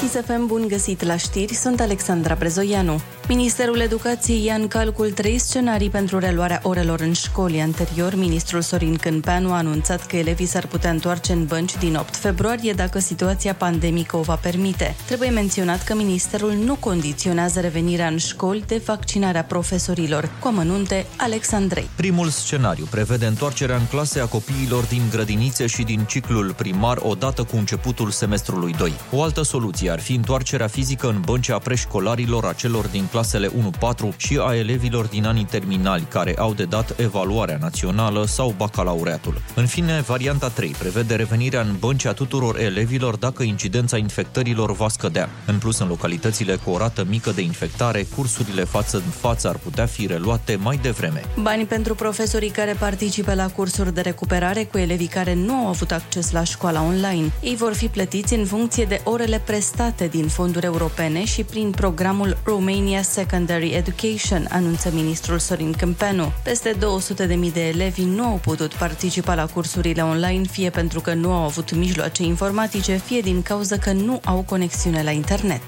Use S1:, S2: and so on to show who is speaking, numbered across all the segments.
S1: Chisafem, bun găsit la știri, sunt Alexandra Prezoianu. Ministerul Educației ia în calcul trei scenarii pentru reluarea orelor în școli. Anterior, ministrul Sorin Câmpeanu a anunțat că elevii s-ar putea întoarce în bănci din 8 februarie dacă situația pandemică o va permite. Trebuie menționat că ministerul nu condiționează revenirea în școli de vaccinarea profesorilor. Cu amănunte, Alexandrei.
S2: Primul scenariu prevede întoarcerea în clase a copiilor din grădinițe și din ciclul primar odată cu începutul semestrului 2. O altă soluție ar fi întoarcerea fizică în bănci a preșcolarilor, a celor din clasele 1-4 și a elevilor din anii terminali care au de dat evaluarea națională sau bacalaureatul. În fine, varianta 3 prevede revenirea în bănci a tuturor elevilor dacă incidența infectărilor va scădea. În plus, în localitățile cu o rată mică de infectare, cursurile față în față ar putea fi reluate mai devreme.
S1: Bani pentru profesorii care participă la cursuri de recuperare cu elevii care nu au avut acces la școala online. Ei vor fi plătiți în funcție de orele prestate din fonduri europene și prin programul Romania Secondary Education, anunță ministrul Sorin Câmpenu. Peste 200.000 de elevi nu au putut participa la cursurile online, fie pentru că nu au avut mijloace informatice, fie din cauza că nu au conexiune la internet.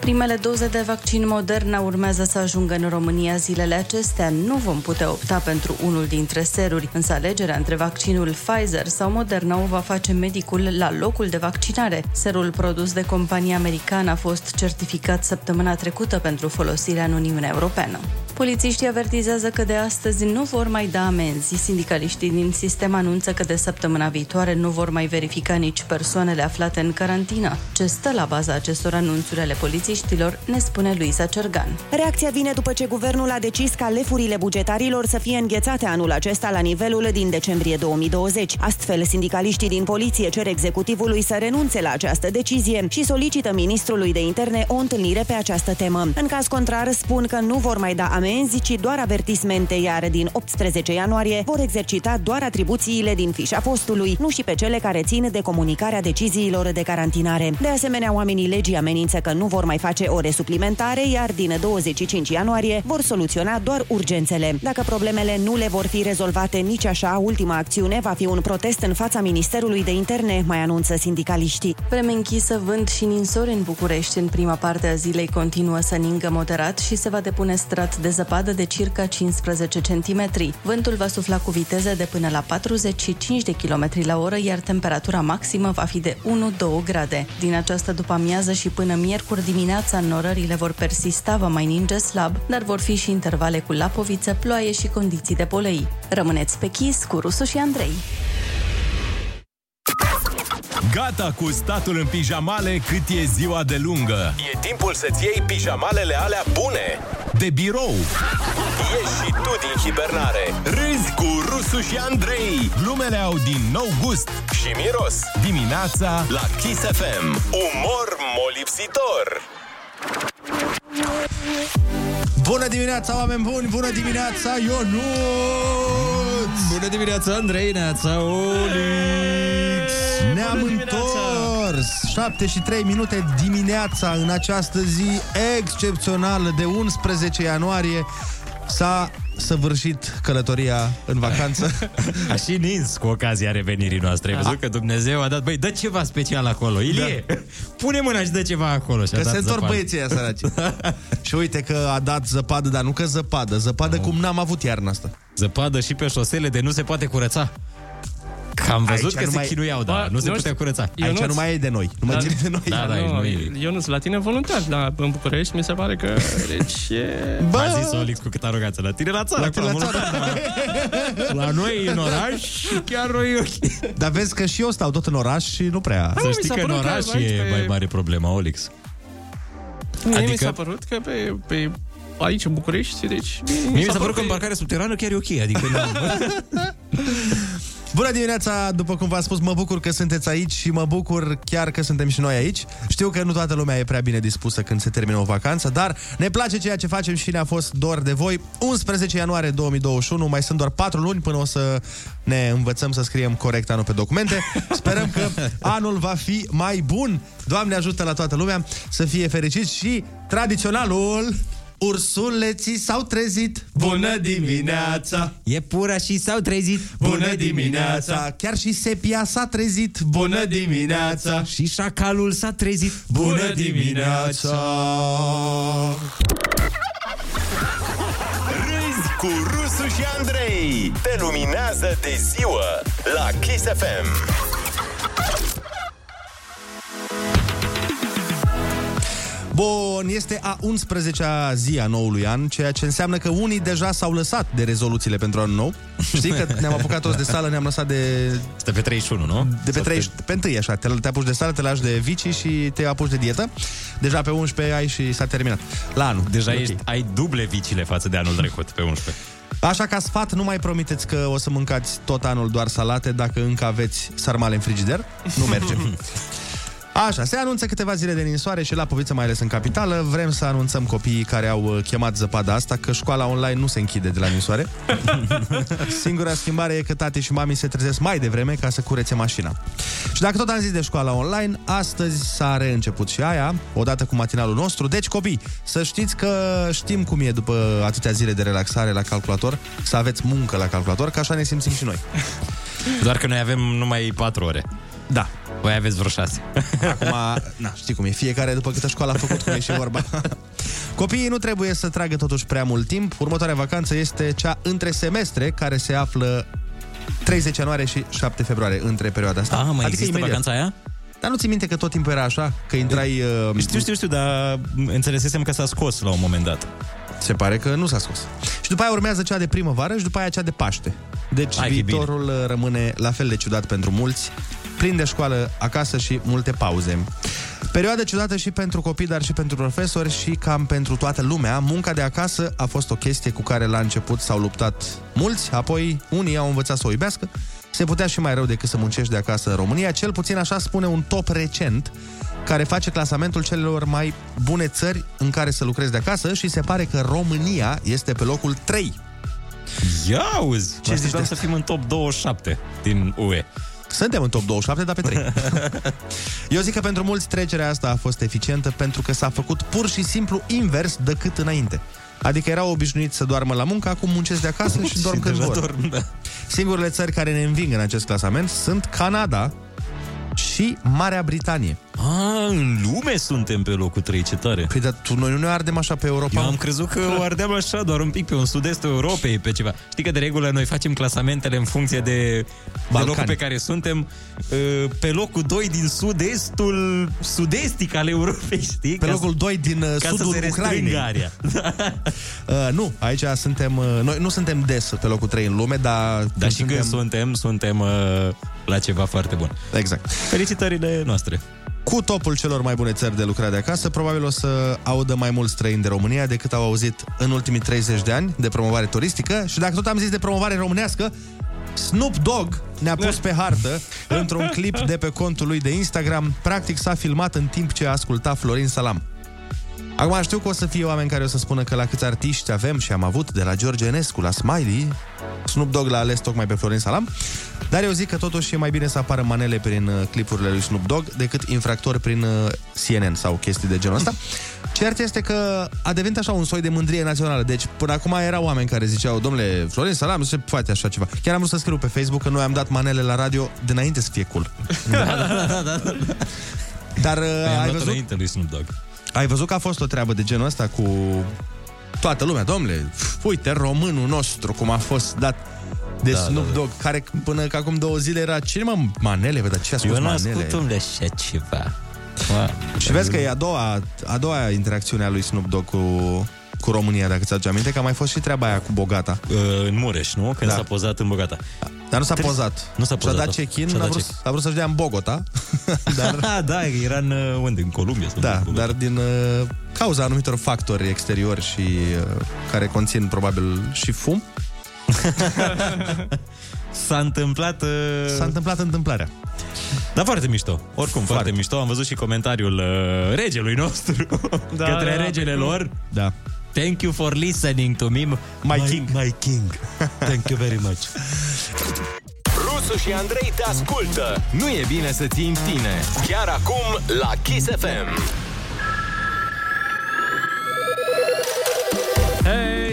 S1: Primele doze de vaccin Moderna urmează să ajungă în România zilele acestea. Nu vom putea opta pentru unul dintre seruri, însă alegerea între vaccinul Pfizer sau Moderna o va face medicul la locul de vaccinare. Serul produs de compania americană a fost certificat săptămâna trecută pentru folosirea în Uniunea Europeană. Polițiștii avertizează că de astăzi nu vor mai da amenzi. Sindicaliștii din sistem anunță că de săptămâna viitoare nu vor mai verifica nici persoanele aflate în carantină. Ce stă la baza acestor anunțuri ale polițiștilor, ne spune Luisa Cergan.
S3: Reacția vine după ce guvernul a decis ca lefurile bugetarilor să fie înghețate anul acesta la nivelul din decembrie 2020. Astfel, sindicaliștii din poliție cer executivului să renunțe la această decizie și solicită ministrului de interne o întâlnire pe această temă. În caz contrar, spun că nu vor mai da amenzi amenzi, ci doar avertismente, iar din 18 ianuarie vor exercita doar atribuțiile din fișa postului, nu și pe cele care țin de comunicarea deciziilor de carantinare. De asemenea, oamenii legii amenință că nu vor mai face ore suplimentare, iar din 25 ianuarie vor soluționa doar urgențele. Dacă problemele nu le vor fi rezolvate nici așa, ultima acțiune va fi un protest în fața Ministerului de Interne, mai anunță sindicaliștii.
S1: Vreme închisă, vânt și ninsori în București în prima parte a zilei continuă să ningă moderat și se va depune strat de zăpadă de circa 15 cm. Vântul va sufla cu viteze de până la 45 de km la oră, iar temperatura maximă va fi de 1-2 grade. Din această după-amiază și până miercuri dimineața, norările vor persista, va mai ninge slab, dar vor fi și intervale cu lapoviță, ploaie și condiții de polei. Rămâneți pe chis cu Rusu și Andrei.
S4: Gata cu statul în pijamale cât e ziua de lungă.
S5: E timpul să-ți iei pijamalele alea bune.
S4: De birou.
S5: Ieși și tu din hibernare.
S4: Râzi cu Rusu și Andrei. Glumele au din nou gust.
S5: Și miros.
S4: Dimineața
S5: la Kiss FM. Umor molipsitor.
S6: Bună dimineața, oameni buni! Bună dimineața, Ionuț!
S7: Bună dimineața, Andrei, neața, Olix!
S6: Ne-am întors! 7 și 3 minute dimineața în această zi excepțională de 11 ianuarie s-a săvârșit călătoria în vacanță.
S7: A și nins cu ocazia revenirii noastre. Ai văzut că Dumnezeu a dat, băi, dă ceva special acolo. Ilie, da. pune mâna și dă ceva acolo. Și
S6: că se întorc băieții aia, săraci. și uite că a dat zăpadă, dar nu că zăpadă, zăpadă no. cum n-am avut iarna asta.
S7: Zăpadă și pe șosele de nu se poate curăța. Că am văzut Aici că numai... se chinuiau, da, ba, nu se putea curăța.
S6: Ionuț... Aici nu mai e de noi, nu mai ține de noi.
S7: Da, da,
S8: nu,
S7: nu
S8: Ionuț, la tine voluntar, dar în București mi se pare că... Deci e...
S7: Bă! A zis Olix cu câtă aroganță, la tine la țară. La, tine la, țară. la noi în oraș și chiar noi...
S6: Dar vezi că și eu stau tot în oraș și nu prea.
S7: Să știi că în oraș e mai mare problema, Olix.
S8: Păi- Mie adică... mi s-a părut că pe, pe aici, în București, deci...
S7: Mie mi s-a părut că în parcarea subterană chiar e ok, adică...
S6: Bună dimineața, după cum v-am spus, mă bucur că sunteți aici și mă bucur chiar că suntem și noi aici. Știu că nu toată lumea e prea bine dispusă când se termină o vacanță, dar ne place ceea ce facem și ne-a fost dor de voi. 11 ianuarie 2021, mai sunt doar 4 luni până o să ne învățăm să scriem corect anul pe documente. Sperăm că anul va fi mai bun. Doamne ajută la toată lumea să fie fericiți și tradiționalul... Ursuleții s-au trezit Bună dimineața
S7: E pura și s-au trezit
S6: Bună dimineața Chiar și sepia s-a trezit Bună dimineața
S7: Și șacalul s-a trezit
S6: Bună dimineața
S5: Râzi cu Rusu și Andrei. Te luminează de ziua la Kiss FM.
S6: Bun, este a 11-a zi a noului an Ceea ce înseamnă că unii deja s-au lăsat De rezoluțiile pentru anul nou Știi că ne-am apucat toți de sală, ne-am lăsat de
S7: Stă pe 31, nu?
S6: De pe,
S7: Sau
S6: 30, pe întâi, așa, te, te apuci de sală, te lași de vicii și te apuci de dietă. Deja pe 11 ai și s-a terminat. La anul.
S7: Deja
S6: E ok.
S7: okay. ești, ai duble vicile față de anul trecut, pe 11.
S6: Așa ca sfat, nu mai promiteți că o să mâncați tot anul doar salate dacă încă aveți sarmale în frigider. Nu merge. Așa, se anunță câteva zile de ninsoare și la Poviță, mai ales în capitală, vrem să anunțăm copiii care au uh, chemat zăpada asta că școala online nu se închide de la ninsoare. Singura schimbare e că tati și mami se trezesc mai devreme ca să curețe mașina. Și dacă tot am zis de școala online, astăzi s-a reînceput și aia, odată cu matinalul nostru. Deci, copii, să știți că știm cum e după atâtea zile de relaxare la calculator, să aveți muncă la calculator, că așa ne simțim și noi.
S7: Doar că noi avem numai 4 ore.
S6: Da.
S7: Voi aveți vreo 6.
S6: Acum, na, știi cum e, fiecare după câtă școală a făcut, cum e și vorba. Copiii nu trebuie să tragă totuși prea mult timp. Următoarea vacanță este cea între semestre, care se află 30 ianuarie și 7 februarie, între perioada asta.
S7: Ah, mai adică există
S6: imediat.
S7: vacanța aia?
S6: Dar nu ți minte că tot timpul era așa? Că intrai... Uh,
S7: Știu, știu, știu, dar înțelesesem că s-a scos la un moment dat.
S6: Se pare că nu s-a scos. Și după aia urmează cea de primăvară și după aia cea de Paște. Deci
S7: Hai
S6: Hai,
S7: că e
S6: viitorul bine. rămâne la fel de ciudat pentru mulți. Plin de școală acasă și multe pauze. Perioada ciudată și pentru copii, dar și pentru profesori și cam pentru toată lumea. Munca de acasă a fost o chestie cu care la început s-au luptat mulți, apoi unii au învățat să o iubească. Se putea și mai rău decât să muncești de acasă în România, cel puțin așa spune un top recent care face clasamentul celor mai bune țări în care să lucrezi de acasă și se pare că România este pe locul 3.
S7: Ia uzi! Ce
S6: zici de
S7: zici să fim în top 27 din UE.
S6: Suntem în top 27, dar pe 3. Eu zic că pentru mulți trecerea asta a fost eficientă pentru că s-a făcut pur și simplu invers decât înainte. Adică erau obișnuiți să doarmă la muncă, acum muncesc de acasă și dorm când vor.
S7: dorm, da.
S6: Singurele țări care ne înving în acest clasament sunt Canada și Marea Britanie.
S7: A, în lume suntem pe locul 3, ce tare.
S6: Păi, dar tu, noi nu ne ardem așa pe Europa?
S7: Eu am crezut că o ardeam așa, doar un pic pe un sud-estul Europei, pe ceva. Știi că de regulă noi facem clasamentele în funcție de, de
S6: Balcani.
S7: locul pe care suntem, uh, pe locul 2 din sud-estul, sud-estic al Europei, știi?
S6: Pe
S7: Ca-
S6: locul 2 din uh,
S7: ca să
S6: sudul
S7: se restrângă
S6: Ucrainei.
S7: area.
S6: Uh, nu, aici suntem, uh, noi nu suntem des pe locul 3 în lume, dar...
S7: Dar
S6: când
S7: și când suntem, suntem uh, la ceva foarte bun.
S6: Exact.
S7: Felicitările noastre.
S6: Cu topul celor mai bune țări de lucrat de acasă, probabil o să audă mai mulți străini de România decât au auzit în ultimii 30 de ani de promovare turistică. Și dacă tot am zis de promovare românească, Snoop Dogg ne-a pus pe hartă într-un clip de pe contul lui de Instagram. Practic s-a filmat în timp ce asculta Florin Salam. Acum știu că o să fie oameni care o să spună că la câți artiști avem și am avut, de la George Enescu la Smiley, Snoop Dogg l-a ales tocmai pe Florin Salam, dar eu zic că totuși e mai bine să apară manele prin uh, clipurile lui Snoop Dogg decât infractori prin uh, CNN sau chestii de genul ăsta. Cert este că a devenit așa un soi de mândrie națională. Deci până acum erau oameni care ziceau, domnule, Florin Salam, ce face așa ceva? Chiar am vrut să scriu pe Facebook că noi am dat manele la radio dinainte să fie cool.
S7: Da,
S6: Dar uh, ai
S7: Ai dat
S6: văzut
S7: Păi, înainte lui Snoop Dogg.
S6: ai văzut că a fost o treabă de genul ăsta cu toată lumea, domnule, uite românul nostru cum a fost dat de da, Snoop Dogg, da, da. care până că acum două zile era cine mă manele, vă, dar ce a spus
S7: Eu n-am
S6: manele?
S7: ascult, domnule, așa ceva. Wow.
S6: Și vezi că e a doua, a doua interacțiune a lui Snoop Dogg cu, cu România, dacă ți-aduce aminte, că a mai fost și treaba aia cu Bogata.
S7: Uh, în Mureș, nu? Când
S6: Da.
S7: s-a pozat în Bogata.
S6: Dar nu s-a
S7: Trebuie-
S6: pozat.
S7: Nu s-a pozat,
S6: Și-a
S7: da.
S6: dat check-in,
S7: Și-a
S6: a
S7: dat
S6: vrut,
S7: check-in.
S6: a vrut să-și dea în Bogota, dar
S7: Dar... da, era în uh, unde? În Columbia? sau
S6: Da,
S7: în Columbia.
S6: dar din uh, cauza anumitor factori exteriori și uh, care conțin probabil și fum,
S7: S-a întâmplat... Uh...
S6: s-a întâmplat întâmplarea.
S7: Dar foarte mișto. Oricum, foarte, foarte mișto. Am văzut și comentariul uh, regelui nostru
S8: Da,
S7: da,
S8: da,
S7: către da,
S8: da.
S7: regele da. lor.
S6: Da.
S7: Thank you for listening to me, my, my king. My king. Thank you very much.
S5: Rusu și Andrei te ascultă. Nu e bine să ții în tine. Chiar acum la Kiss FM.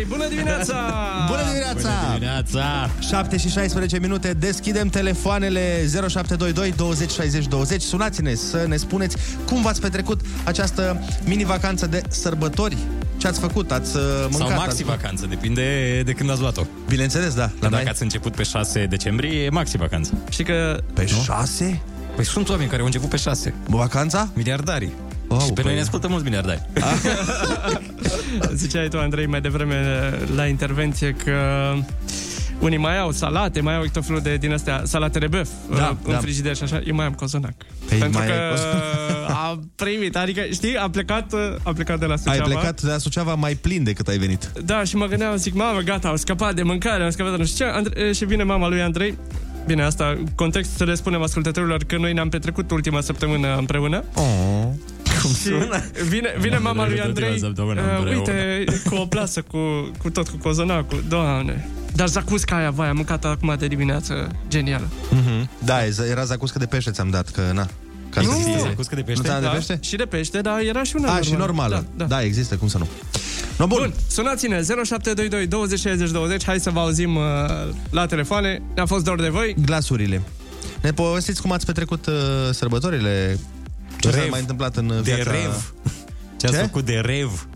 S8: Bună dimineața! Ah,
S6: Bună dimineața! Bună
S7: dimineața!
S6: 7 și 16 minute, deschidem telefoanele 0722 20 60 20. Sunați-ne să ne spuneți cum v-ați petrecut această mini-vacanță de sărbători. Ce ați făcut? Ați uh, mâncat?
S7: Sau
S6: ați...
S7: maxi vacanță, depinde de când ați luat-o.
S6: Bineînțeles, da. La
S7: Că
S6: noi?
S7: dacă ați început pe 6 decembrie, e maxi vacanță.
S8: Știi că
S6: Pe 6?
S7: Păi sunt oameni care au început pe 6.
S6: Vacanța?
S7: Miliardarii.
S6: Wow,
S7: Wow, și pe
S6: păi-
S7: noi ne ascultă mulți miliardari.
S8: ziceai tu, Andrei, mai devreme la intervenție că unii mai au salate, mai au tot felul de din astea, salate rebef
S6: Da,
S8: da, în
S6: da.
S8: da. frigider și așa. Eu mai am cozonac.
S6: Păi,
S8: pentru
S6: mai
S8: că
S6: ai cozonac.
S8: a primit, adică, știi, a plecat, a plecat de la
S6: Ai
S8: Suceava.
S6: plecat de la Suceava mai plin decât ai venit.
S8: Da, și mă gândeam, zic, mamă, gata, au scăpat de mâncare, au scăpat de nu știu ce. Andre- și vine mama lui Andrei. Bine, asta, context să le spunem ascultătorilor că noi ne-am petrecut ultima săptămână împreună.
S6: Oh.
S8: Și vine, vine mama lui
S7: Ultima
S8: Andrei,
S7: săptămână
S8: uh,
S7: împreună.
S8: uite, cu o plasă, cu, cu tot, cu cozonacul, doamne. Dar zacusca aia, vai, am mâncat acum de dimineață, genială.
S6: Da, e- era zacuscă de pește ți-am dat, că na. Ca să știi.
S7: Zacuscă de
S6: Nu
S7: pește?
S6: ți-am dat
S8: Da?
S6: de pește?
S8: Și de pește, dar era și una
S6: A, și normală.
S8: Da, da.
S6: Da, există, cum să nu. No, bun.
S8: Bun, sunați-ne 0722 20 60 20 Hai să vă auzim uh, la telefoane Ne-a fost dor de voi
S6: glasurile. Ne povestiți cum ați petrecut uh, sărbătorile? Ce s-a
S7: Rev.
S6: mai întâmplat în uh,
S7: De
S6: viața...
S7: rev. Ce ați
S6: Ce?
S7: făcut de rev?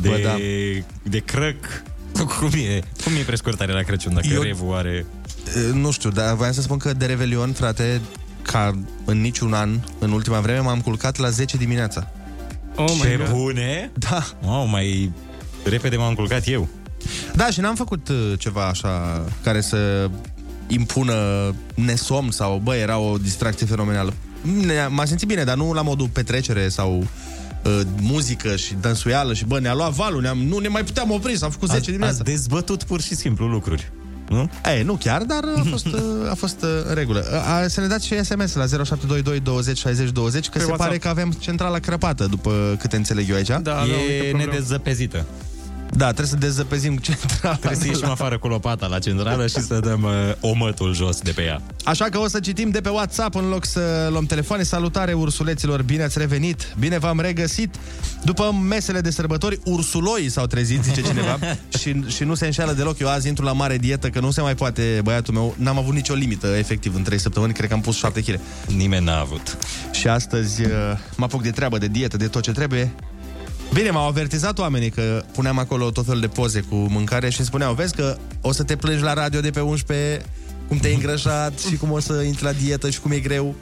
S7: De,
S6: Bă,
S7: Bă,
S6: da.
S7: da. de crăc? Cum e? Cum e prescurtarea la Crăciun dacă
S6: Eu-
S7: Eu... revul are...
S6: Uh, Nu știu, dar voiam să spun că de Revelion, frate, ca în niciun an, în ultima vreme, m-am culcat la 10 dimineața.
S8: Oh
S7: Ce
S8: my God.
S7: bune!
S6: Da.
S7: Wow, mai repede m-am culcat eu.
S6: Da, și n-am făcut uh, ceva așa care să impună nesomn sau, bă, era o distracție fenomenală. Ne- M-a simțit bine, dar nu la modul petrecere sau uh, muzică și dansuială și, bă, ne-a luat valul, ne-am, nu ne mai puteam opri, s-a făcut 10
S7: Ați-
S6: dimineața.
S7: Ați dezbătut pur și simplu lucruri.
S6: Ei, nu chiar, dar a fost, uh, a fost uh, în regulă. A, a- să ne dați și SMS la 0722 20 60 20, că se
S8: WhatsApp.
S6: pare că avem centrala crăpată, după câte înțeleg eu aici. Da,
S8: Da, da, uite,
S7: e
S8: program.
S7: nedezăpezită.
S6: da trebuie să dezăpezim centrala.
S7: Trebuie să ieșim afară cu lopata la centrală și să dăm uh, omătul jos de pe ea.
S6: Așa că o să citim de pe WhatsApp în loc să luăm telefoane. Salutare ursuleților, bine ați revenit, bine v-am regăsit. După mesele de sărbători, ursuloii s-au trezit, zice cineva, și, și nu se înșeală deloc. Eu azi intru la mare dietă, că nu se mai poate băiatul meu. N-am avut nicio limită, efectiv, în 3 săptămâni, cred că am pus 7 kg.
S7: Nimeni n-a avut.
S6: Și astăzi uh, mă apuc de treabă, de dietă, de tot ce trebuie. Bine, m-au avertizat oamenii că puneam acolo tot felul de poze cu mâncare și îmi spuneau, vezi că o să te plângi la radio de pe 11, cum te-ai îngrășat și cum o să intri la dietă și cum e greu.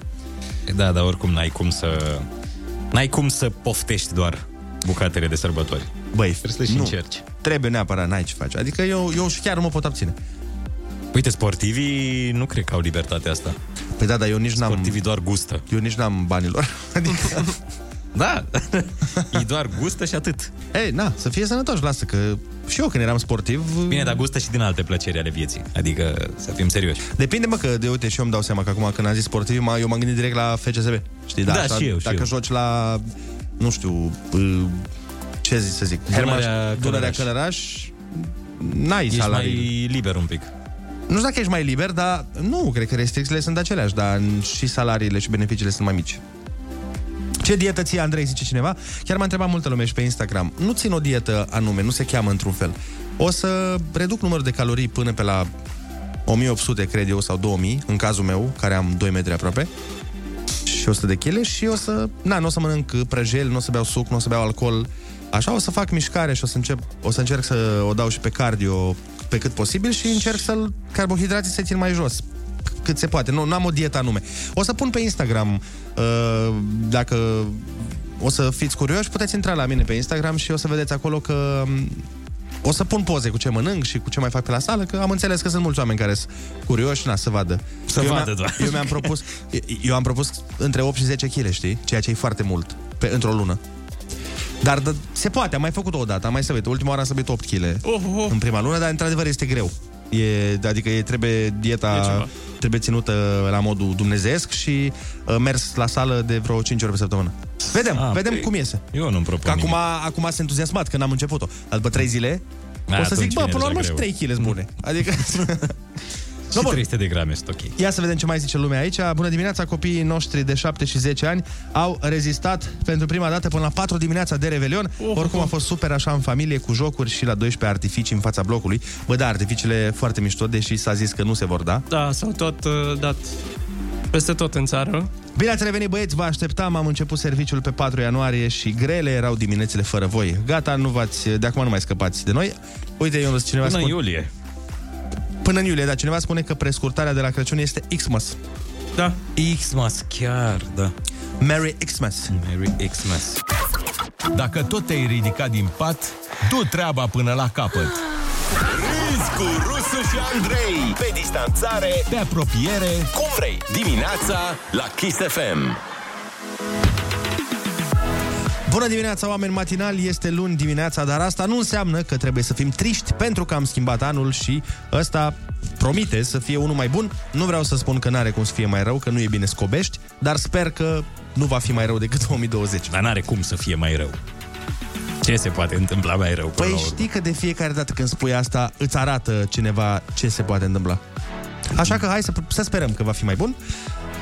S7: Da, dar oricum n-ai cum să... N-ai cum să poftești doar bucatele de sărbători.
S6: Băi,
S7: Trebuie să le și
S6: nu.
S7: încerci.
S6: Trebuie neapărat, n-ai ce faci. Adică eu, eu și chiar nu mă pot abține.
S7: Uite, sportivii nu cred că au libertatea asta.
S6: Păi da, dar eu nici n-am,
S7: Sportivii doar gustă.
S6: eu nici n-am banilor. Adică,
S7: Da, ei doar gustă și atât.
S6: ei, na, să fie sănătoși, lasă, că și eu când eram sportiv...
S7: Bine, dar gustă și din alte plăceri ale vieții. Adică, să fim serioși.
S6: Depinde, mă, că de uite, și eu îmi dau seama că acum când am zis sportiv, m- eu m-am gândit direct la FCSB. Știi, da,
S7: Da,
S6: așa,
S7: și eu, și
S6: dacă
S7: eu.
S6: joci la, nu știu, uh, ce zic să zic,
S7: Dunărea Călăraș.
S6: Dunărea Călăraș, n-ai
S7: Ești
S6: salarii.
S7: mai liber un pic.
S6: Nu știu dacă ești mai liber, dar nu, cred că restricțiile sunt aceleași, dar și salariile și beneficiile sunt mai mici. Ce dietă ție, Andrei, zice cineva? Chiar m-a întrebat multă lume și pe Instagram. Nu țin o dietă anume, nu se cheamă într-un fel. O să reduc numărul de calorii până pe la 1800, cred eu, sau 2000, în cazul meu, care am 2 metri aproape, și 100 de chile și o să... Na, nu o să mănânc prăjel, nu o să beau suc, nu o să beau alcool. Așa o să fac mișcare și o să, încep, o să încerc să o dau și pe cardio pe cât posibil și încerc să-l... carbohidrații să țin mai jos cât se poate. Nu, nu am o dietă anume. O să pun pe Instagram uh, dacă o să fiți curioși, puteți intra la mine pe Instagram și o să vedeți acolo că o să pun poze cu ce mănânc și cu ce mai fac pe la sală, că am înțeles că sunt mulți oameni care sunt curioși, na, să vadă.
S7: Să
S6: eu
S7: vadă
S6: mi-am,
S7: doar.
S6: Eu mi-am propus, eu am propus între 8 și 10 kg, știi? Ceea ce e foarte mult, pe, într-o lună. Dar da, se poate, am mai făcut-o odată, am mai săbit. Ultima oară am săbit 8 kg
S8: Oh, oh, oh.
S6: în prima lună, dar într-adevăr este greu. E, adică e, trebuie
S8: E
S6: dieta
S8: ceva.
S6: trebuie ținută la modul dumnezeesc și uh, mers la sală de vreo 5 ori pe săptămână. Vedem,
S7: Ah,
S6: vedem
S7: păi-
S6: cum iese.
S7: Eu nu-mi
S6: Că
S7: propun
S6: acum, acum sunt entuziasmat că n-am început-o. Dar După 3 zile,
S7: A,
S6: o să zic,
S7: atunci
S6: bă,
S7: vine
S6: până la urmă
S7: deja
S6: și 3
S7: greu.
S6: kg bune. Adică...
S7: Și 300 de grame sunt ok.
S6: Ia să vedem ce mai zice lumea aici. Bună dimineața, copiii noștri de 7 și 10 ani au rezistat pentru prima dată până la 4 dimineața de Revelion. Oricum a fost super așa în familie, cu jocuri și la 12 artificii în fața blocului. Bă, da, artificiile foarte mișto, deși s-a zis că nu se vor da.
S8: Da, s-au tot uh, dat peste tot în țară.
S6: Bine ați revenit, băieți, vă așteptam, am început serviciul pe 4 ianuarie și grele erau diminețile fără voi. Gata, nu v-ați, de acum nu mai scăpați de noi. Uite, Ionuț, cineva
S7: Până în
S6: spune...
S7: iulie.
S6: Până în iulie, da, cineva spune că prescurtarea de la Crăciun este Xmas.
S8: Da.
S7: Xmas, chiar, da.
S6: Merry Xmas.
S7: Merry Xmas.
S4: Dacă tot te-ai ridicat din pat, du treaba până la capăt.
S5: Râzi cu Rusu și Andrei Pe distanțare,
S4: Pe apropiere,
S5: cum vrei Dimineața la Kiss FM
S6: Bună dimineața, oameni matinali, este luni dimineața, dar asta nu înseamnă că trebuie să fim triști pentru că am schimbat anul și ăsta promite să fie unul mai bun. Nu vreau să spun că n-are cum să fie mai rău, că nu e bine scobești, dar sper că nu va fi mai rău decât 2020.
S7: Dar n-are cum să fie mai rău. Ce se poate întâmpla mai rău? până la
S6: Păi
S7: urmă?
S6: știi că de fiecare dată când spui asta, îți arată cineva ce se poate întâmpla. Așa că hai să, să sperăm că va fi mai bun.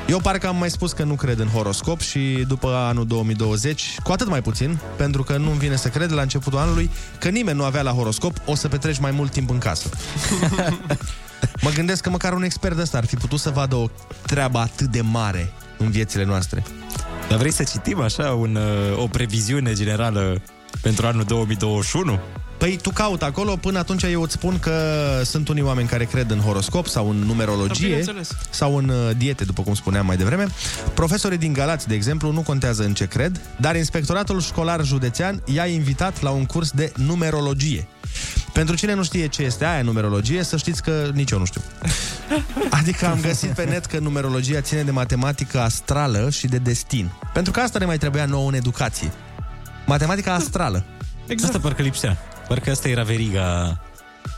S6: Eu parcă am mai spus că nu cred în horoscop și după anul 2020, cu atât mai puțin, pentru că nu-mi vine să cred la începutul anului că nimeni nu avea la horoscop o să petreci mai mult timp în casă. mă gândesc că măcar un expert de ăsta ar fi putut să vadă o treabă atât de mare în viețile noastre.
S7: Dar vrei să citim așa un, uh, o previziune generală pentru anul 2021?
S6: Păi tu caut acolo, până atunci eu îți spun că sunt unii oameni care cred în horoscop sau în
S8: Da,
S6: numerologie
S8: bineînțeles.
S6: sau în uh, diete, după cum spuneam mai devreme. Profesorii din Galați, de exemplu, nu contează în ce cred, dar Inspectoratul Școlar Județean i-a invitat la un curs de numerologie. Pentru cine nu știe ce este aia numerologie, să știți că nici eu nu știu. Adică am găsit pe net că numerologia ține de matematică astrală și de destin. Pentru că asta ne mai trebuia nouă în educație. Matematica astrală.
S7: Exact. Asta parcă lipsea. Parcă asta era veriga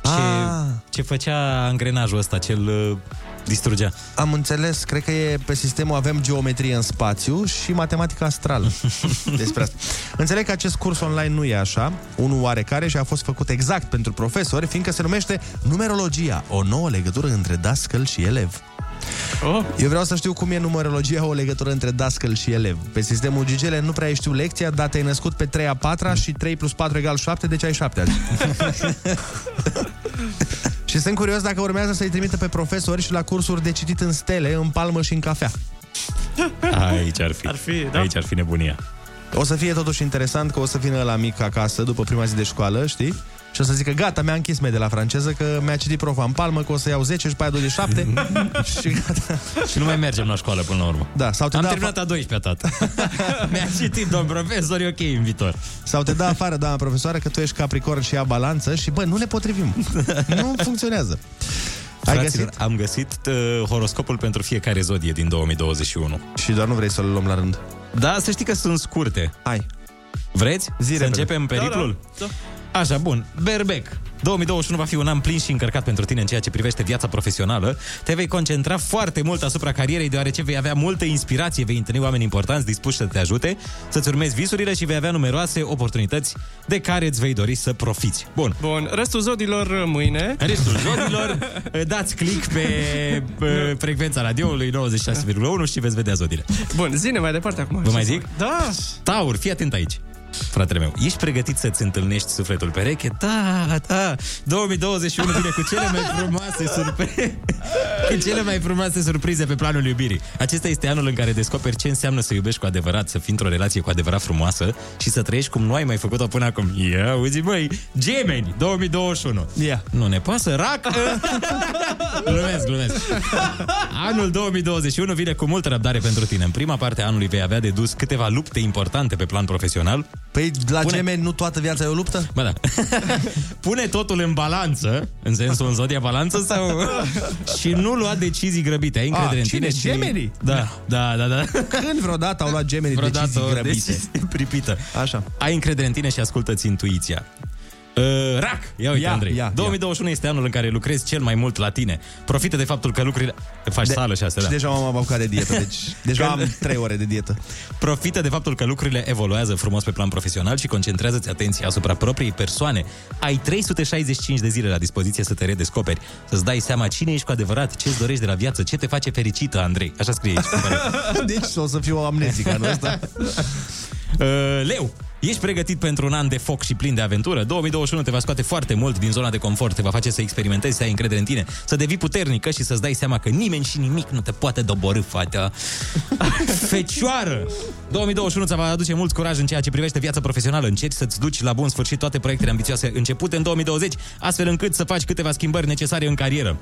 S7: ce,
S6: Ah.
S7: ce făcea angrenajul ăsta, cel uh, distrugea.
S6: Am înțeles, cred că e pe sistemul avem geometrie în spațiu și matematică astrală. Despre asta. Înțeleg că acest curs online nu e așa, unul oarecare și a fost făcut exact pentru profesori, fiindcă se numește numerologia, o nouă legătură între dascăl și elev.
S8: Oh,
S6: Eu vreau să știu cum e numerologia o legătură între dascăl și elev. Pe sistemul Gigele nu prea știu lecția, dar te-ai născut pe 3 a 4 și 3 plus 4 egal 7, deci ai 7 azi. și sunt curios dacă urmează să-i trimită pe profesori și la cursuri de citit în stele, în palmă și în cafea.
S7: Aici ar fi.
S8: Ar fi, da.
S7: Aici ar fi nebunia.
S6: O să fie totuși interesant că o să vină la mic acasă după prima zi de școală, știi? Și o să zică, gata, mi-a închis media la franceză, că mi-a citit profa în palmă, că o să iau 10 și pe aia 27 și gata.
S7: Și nu mai mergem la școală până la urmă.
S6: Da, sau te
S7: Am
S6: dă
S7: terminat a 12-a, tată. Mi-a citit, domn profesor, e ok în viitor.
S6: Sau te dă afară, doamna profesoară, că tu ești capricorn și ea balanță și, bă, nu le potrivim. nu funcționează. Ai
S7: Fraților,
S6: găsit?
S7: Am găsit uh, horoscopul pentru fiecare zodie din 2021.
S6: Și doar nu vrei să le luăm la rând.
S7: Da, să știi că sunt scurte.
S6: Hai.
S7: Vreți?
S6: Zi
S7: să
S6: repede.
S7: începem periclul?
S8: Da,
S7: Așa, bun. Berbec. 2021 va fi un an plin și încărcat pentru tine în ceea ce privește viața profesională. Te vei concentra foarte mult asupra carierei, deoarece vei avea multă inspirație, vei întâlni oameni importanți dispuși să te ajute, să-ți urmezi visurile și vei avea numeroase oportunități de care îți vei dori să profiți. Bun.
S8: Bun, restul zodilor uh, mâine.
S7: Restul zodilor, uh, dați click pe, pe frecvența radioului 96,1 și veți vedea zodile.
S8: Bun, zine mai departe acum.
S7: Vă mai zic?
S8: Da.
S7: Taur, fii atent aici. Fratele meu, ești pregătit să-ți întâlnești sufletul pereche? Da, da. 2021 vine cu cele mai frumoase surprize. cu cele mai frumoase surprize pe planul iubirii. Acesta este anul în care descoperi ce înseamnă să iubești cu adevărat, să fii într-o relație cu adevărat frumoasă și să trăiești cum nu ai mai făcut-o până acum. Ia, uzi, băi, gemeni, 2021.
S6: Ia.
S7: Nu ne pasă, rac! glumesc, glumesc. Anul 2021 vine cu multă răbdare pentru tine. În prima parte a anului vei avea de dus câteva lupte importante pe plan profesional.
S6: Păi la
S7: Pune.
S6: gemeni nu toată viața e o luptă?
S7: Bă, da. Pune totul în balanță, în sensul în zodia balanță sau... și nu lua decizii grăbite. Ai încredere
S6: Ah,
S7: în
S6: cine?
S7: tine și...
S6: Gemenii?
S7: Da, da, da, da.
S6: Când vreodată au luat gemenii
S7: Vreodată
S6: decizii
S7: o
S6: grăbite?
S7: decizie pripită.
S6: Așa.
S7: Ai încredere în tine și ascultă-ți intuiția. Uh, rac! Ia uite,
S6: Ia,
S7: ia, Andrei.
S6: ia,
S7: Ia,
S6: ia.
S7: 2021 ia. este anul în care lucrezi cel mai mult la tine. Profită de faptul că lucrurile... Faci de, sală și astea,
S6: Și
S7: da.
S6: deja m-am apucat de dietă, deci deja
S7: Când-
S6: am 3 ore de dietă.
S7: Profită de faptul că lucrurile evoluează frumos pe plan profesional și concentrează-ți atenția asupra propriei persoane. Ai 365 de zile la dispoziție să te redescoperi, să-ți dai seama cine ești cu adevărat, ce-ți dorești de la viață, ce te face fericită, Andrei. Așa scrie aici. pe pare.
S6: Deci o să fiu amnezic anul ăsta.
S7: Uh, Leu, ești pregătit pentru un an de foc și plin de aventură? 2021 te va scoate foarte mult din zona de confort, te va face să experimentezi, să ai încredere în tine, să devii puternică și să-ți dai seama că nimeni și nimic nu te poate dobori, fata. Fecioară! 2021 ți va aduce mult curaj în ceea ce privește viața profesională. Încerci să-ți duci la bun sfârșit toate proiectele ambițioase începute în 2020, astfel încât să faci câteva schimbări necesare în carieră.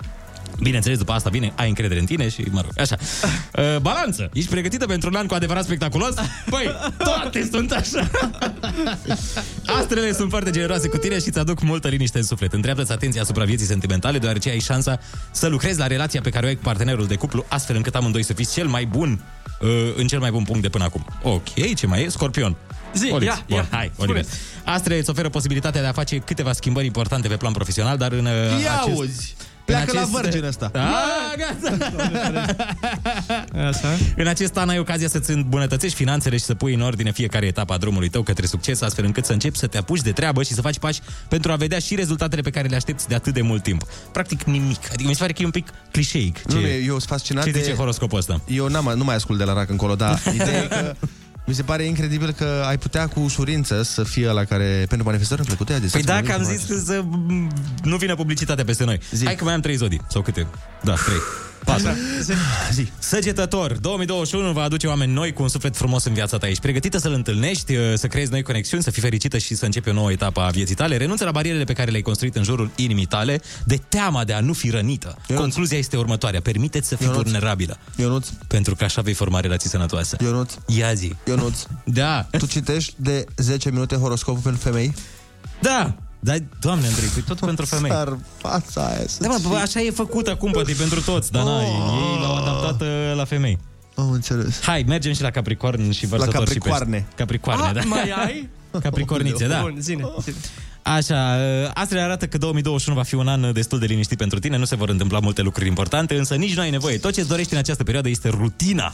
S7: Bineînțeles, după asta vine, ai încredere în tine și, mă rog, așa. Uh, balanță. Ești pregătită pentru un an cu adevărat spectaculos? Păi, toate sunt așa. Astrele sunt foarte generoase cu tine și îți aduc multă liniște în suflet. Întreaptă-ți atenția asupra vieții sentimentale, deoarece ai șansa să lucrezi la relația pe care o ai cu partenerul de cuplu, astfel încât amândoi să fiți cel mai bun uh, în cel mai bun punct de până acum. Ok, ce mai e? Scorpion.
S8: Zi,
S7: Oliver.
S8: ia,
S7: Bun,
S8: ia.
S7: hai,
S8: Spune.
S7: Oliver. Astre îți oferă posibilitatea de a face câteva schimbări importante pe plan profesional, dar în uh,
S6: Ia
S7: acest
S6: auzi! Pleacă
S7: în
S6: la
S7: acest-
S6: Virgin ăsta.
S7: Ah, gata.
S8: Așa.
S7: În acest an ai ocazia să-ți îmbunătățești finanțele și să pui în ordine fiecare etapă a drumului tău către succes, astfel încât să începi să te apuci de treabă și să faci pași pentru a vedea și rezultatele pe care le aștepți de atât de mult timp. Practic nimic. Adică mi se pare că e un pic clișeic ce,
S6: Nu, nu, eu sunt fascinat
S7: ce
S6: de...
S7: zice horoscopul ăsta.
S6: Eu n-am, nu mai ascult de la Rac încolo, dar ideea e că mi se pare incredibil că ai putea cu ușurință să fie la care pentru manifestări plăcute de
S7: Păi da, că am zis că să m, nu vină publicitatea peste noi.
S6: Zi.
S7: Hai că mai am trei zodii. Sau câte? Da, trei. Patru. Săgetător, 2021 va aduce oameni noi cu un suflet frumos în viața ta. Ești pregătită să-l întâlnești, uh, să creezi noi conexiuni, să fii fericită și să începi o nouă etapă a vieții tale. Renunță la barierele pe care le-ai construit în jurul inimii tale de teama de a nu fi rănită. Concluzia este următoarea. Permiteți să fii
S6: Ionuț.
S7: vulnerabilă,
S6: Ionuț,
S7: pentru că așa vei forma relații sănătoase.
S6: Ionuț,
S7: Ia zi.
S6: Ionuț,
S7: Da,
S6: tu citești de 10 minute horoscopul pentru femei?
S7: da. Da, doamne Andrei, păi tot pentru femei.
S6: Dar fața aia să
S7: Da, mă,
S6: fie-
S7: bă, așa e făcut acum, poate e pentru toți, dar na, ei l-au adaptat uh, la femei.
S6: Am înțeles.
S7: Hai, mergem și la Capricorn și vărsător
S6: Capricoarne.
S7: și pești. Capricoarne,
S8: Ah,
S7: da.
S8: mai ai? Oh,
S7: Capricornițe, da.
S8: Bun, zine. zine.
S7: Așa, uh, astfel arată că 2021 va fi un an uh, destul de liniștit pentru tine, nu se vor întâmpla multe lucruri importante, însă nici nu ai nevoie. Tot ce-ți dorești în această perioadă este rutina.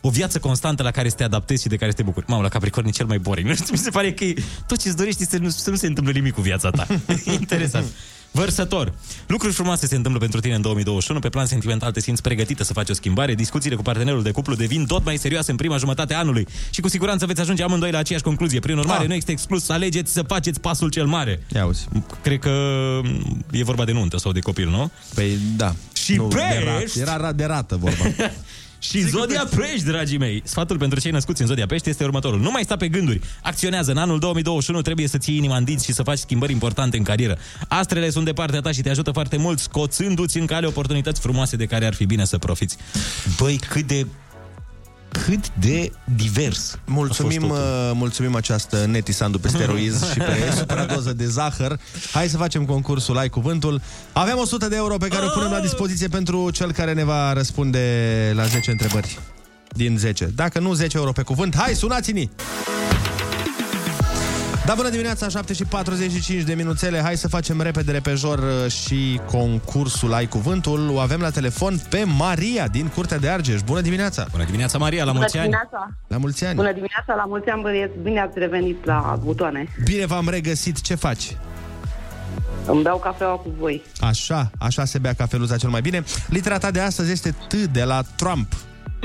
S7: O viață constantă la care să te adaptezi și de care să te bucuri. Mamă, la Capricorn e cel mai boring. Nu știu, mi se pare că e- tot ce-ți dorești este să nu, să nu se întâmple nimic cu viața ta. Interesant. Vărsător. Lucruri frumoase se întâmplă pentru tine în 2021. Pe plan sentimental te simți pregătită să faci o schimbare. Discuțiile cu partenerul de cuplu devin tot mai serioase în prima jumătate a anului și cu siguranță veți ajunge amândoi la aceeași concluzie. Prin urmare,
S6: Ah.
S7: nu este exclus să alegeți să faceți pasul cel mare.
S6: Ia uzi.
S7: Cred că e vorba de nuntă sau de copil, nu?
S6: Păi da.
S7: Și
S6: de rat,
S7: pești!
S6: era ra- de rată vorba.
S7: Și Zodia Pești, dragii mei! Sfatul pentru cei născuți în Zodia Pești este următorul. Nu mai sta pe gânduri. Acționează. În anul 2021 trebuie să-ți iei inima în dinți și să faci schimbări importante în carieră. Astrele sunt de partea ta și te ajută foarte mult, scoțându-ți în cale oportunități frumoase de care ar fi bine să profiți. Băi, cât de cât de divers. a
S6: Mulțumim,
S7: fost
S6: uh,
S7: totul.
S6: mulțumim această Neti Sandu pe steroizi și pe supradoză de zahăr. Hai să facem concursul Ai Cuvântul. Avem 100 de euro pe care o punem la dispoziție pentru cel care ne va răspunde la 10 întrebări din 10. Dacă nu, 10 euro pe cuvânt. Hai, sunați-ni! Da, bună dimineața, 7 și 45 de minuțele. Hai să facem repede repejor uh, și concursul Ai Cuvântul. O avem la telefon pe Maria din Curtea de Argeș. Bună dimineața!
S7: Bună dimineața, Maria, la mulți ani!
S9: dimineața!
S6: La mulți ani!
S9: Bună dimineața, la mulți ani băieți, bine ați revenit la butoane.
S6: Bine v-am regăsit, ce faci?
S9: Îmi beau cafeaua cu voi.
S6: Așa, așa se bea cafeluța cel mai bine. Litera ta de astăzi este T de la Trump.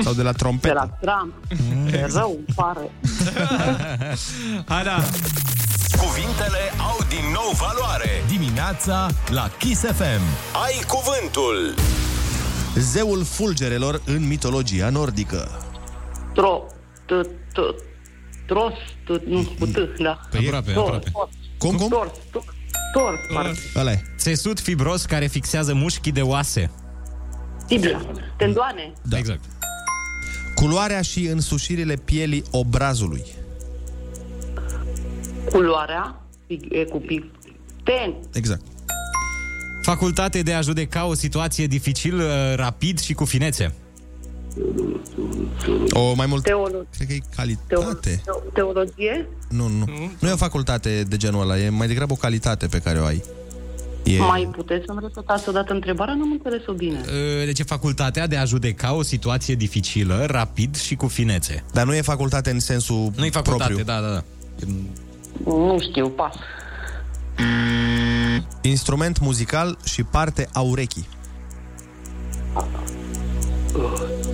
S6: Sau de la
S9: De
S6: trompetă.
S9: la Trump. E rău, îmi pare.
S8: Hai, da.
S5: Cuvintele au din nou valoare.
S4: Dimineața la Kiss FM.
S5: Ai cuvântul.
S6: Zeul fulgerelor în mitologia nordică.
S9: Tro, t, t, tros, t, nu, cu t, da.
S7: aproape,
S9: Tors,
S7: Păi aproape.
S9: tors,
S6: Cum, cum?
S9: Tors, tors, tors, parcă.
S6: Ăla e.
S7: Țesut fibros care fixează mușchii de oase.
S9: Tibia, tendoane,
S7: Da. Exact.
S6: Culoarea și însușirile pielii obrazului.
S9: culoarea, pi- e cu pic, ten,
S6: Exact.
S7: Facultate de a judeca o situație dificil, uh, rapid și cu finețe.
S6: O mai mult...
S9: Teolo-
S6: Cred că e
S9: teo-
S6: calitate.
S9: teo- teologie?
S6: Nu, nu. Nu e o facultate de genul ăla, e mai degrabă o calitate pe care o ai. E...
S9: Mai puteți să-mi repetați odată întrebarea? N-am înțeles-o bine.
S7: Uh, Deci e facultatea de a judeca o situație dificilă, rapid și cu finețe.
S6: Dar nu e facultate în sensul
S7: Nu e facultate,
S6: propriu.
S7: da, da, da.
S9: Nu știu, pas.
S6: Instrument muzical și parte a urechii.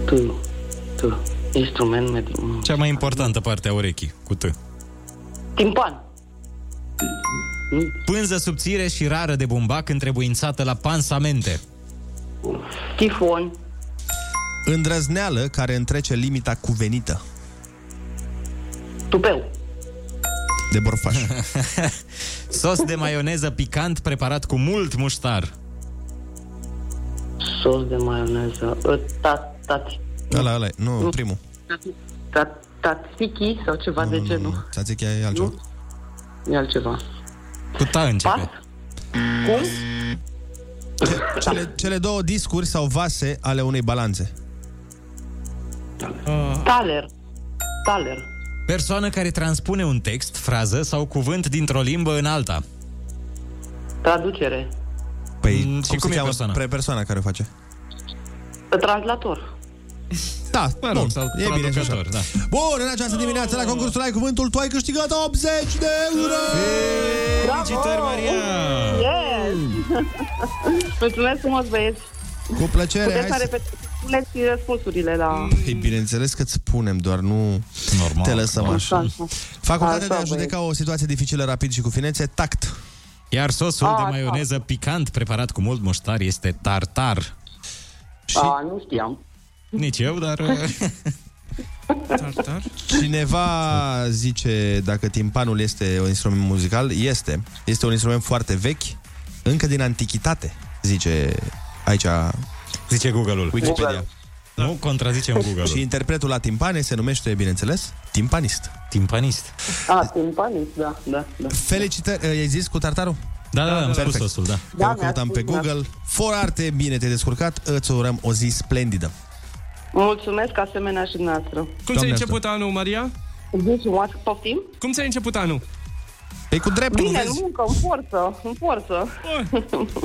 S9: T, t, instrument medic. mm.
S7: Cea mai importantă parte a urechii, cu T.
S9: Timpan.
S7: Pânză subțire și rară de bumbac întrebuințată la pansamente.
S9: Tifon.
S6: Îndrăzneală care întrece limita cuvenită
S9: Tupeu.
S6: de borfaș.
S7: Sos de maioneză picant preparat cu mult muștar.
S9: Sos de maioneză. Ă, ta- tati-
S6: ăla, ăla, e. nu, primul.
S9: tati- ta- Tzatziki sau ceva de genul.
S6: Ți-a zis că e altceva.
S9: Nu? E altceva.
S7: Cu ta
S9: Pas?
S7: începe.
S9: Cum?
S6: Cele, cele două discuri sau vase ale unei balanțe.
S9: Taler. Taler.
S7: Persoană care transpune un text, frază sau cuvânt dintr-o limbă în alta.
S9: Traducere.
S6: Păi,
S7: Mm, și cum e persoana?
S6: Pre persoana care o face?
S9: Translator.
S6: Da,
S8: Mă
S6: bun,
S8: rog, sau
S6: e bine și așa.
S7: Traducător, da.
S6: Bun, în această dimineață la concursul Ai Cuvântul, tu ai câștigat 80 de euro!
S7: Felicitări, Maria!
S9: Yes! Mulțumesc frumos, băieți.
S6: Cu plăcere,
S9: Puteți să
S6: hai să...
S9: repet. Puneți răspunsurile la...
S6: Păi, bineînțeles că îți punem, doar nu
S7: Normal.
S6: te lăsăm așa.
S9: Așa.
S6: Facultatea de a
S9: Așa,
S6: judeca o situație dificilă rapid și cu finețe, tact.
S7: Iar sosul
S9: Ah,
S7: de maioneză picant preparat cu mult muștar este tartar.
S9: A, nu știam.
S7: Nici eu, dar...
S8: Tartar?
S6: Cineva zice dacă timpanul este un instrument muzical. Este. Este un instrument foarte vechi, încă din antichitate, zice aici
S7: Zice Google-ul.
S6: Wikipedia.
S7: Nu contrazicem Google-ul.
S6: Și interpretul la timpane se numește, bineînțeles, timpanist.
S7: timpanist.
S9: A, timpanist, da, da, da.
S6: Felicitări, ai zis cu tartarul?
S7: Da, da, da, am spus
S6: Perfect.
S7: sosul, da.
S6: Da,
S9: mi-a
S6: că căutam
S9: spus,
S6: pe
S9: da.
S6: Google. Foarte bine te-ai descurcat, îți urăm o zi splendidă.
S9: Mulțumesc asemenea și dumneavoastră.
S8: Cum
S6: Doamne
S8: ți-ai început anul, Maria?
S9: Zi frumoasă, poftim?
S8: Cum ți-ai început anul?
S6: Păi cu dreptul,
S9: Bine, în
S6: vezi?
S9: muncă, în forță, în forță.
S8: Oh,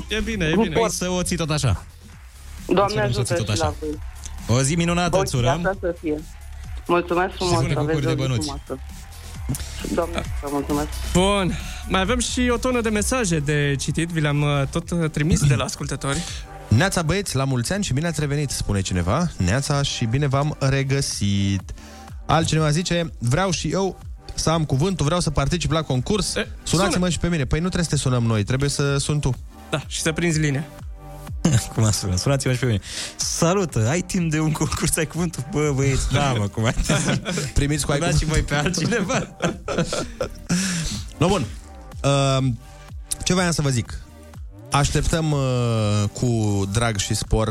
S8: e bine, e bine.
S7: Păi să o ții tot așa.
S9: Doamne
S7: Sperăm să
S9: ajută
S7: fie tot
S9: și
S7: așa.
S9: la voi.
S7: O zi minunată îți
S9: Voi da.
S7: urăm.
S9: asta să fie. Mulțumesc frumos,
S7: pune cu
S9: aveți
S7: curi de
S9: o zi
S7: bănuți.
S9: frumoasă. Doamne, vă mulțumesc.
S8: Bun. Mai avem și o tonă de mesaje de citit. Vi le-am uh, tot uh, trimis de la ascultători.
S6: Neața băieți, la mulți ani și bine ați revenit, spune cineva. Neața și bine v-am regăsit. Altcineva zice, vreau și eu să am cuvântul, vreau să particip la concurs.
S8: E,
S6: Sunați-mă
S8: sună.
S6: și pe mine. Păi nu trebuie să te sunăm noi, trebuie să sun tu.
S8: Da, și să prinzi linia.
S7: Cum a sunat? Sunați-mă și pe mine. Salut, ai timp de un concurs, ai cuvântul? Bă, băieți, da, mă, cum ai
S6: Primiți cu ai
S7: Dați și voi pe altcineva.
S6: No, bun. Uh, ce voiam să vă zic? Așteptăm uh, cu drag și spor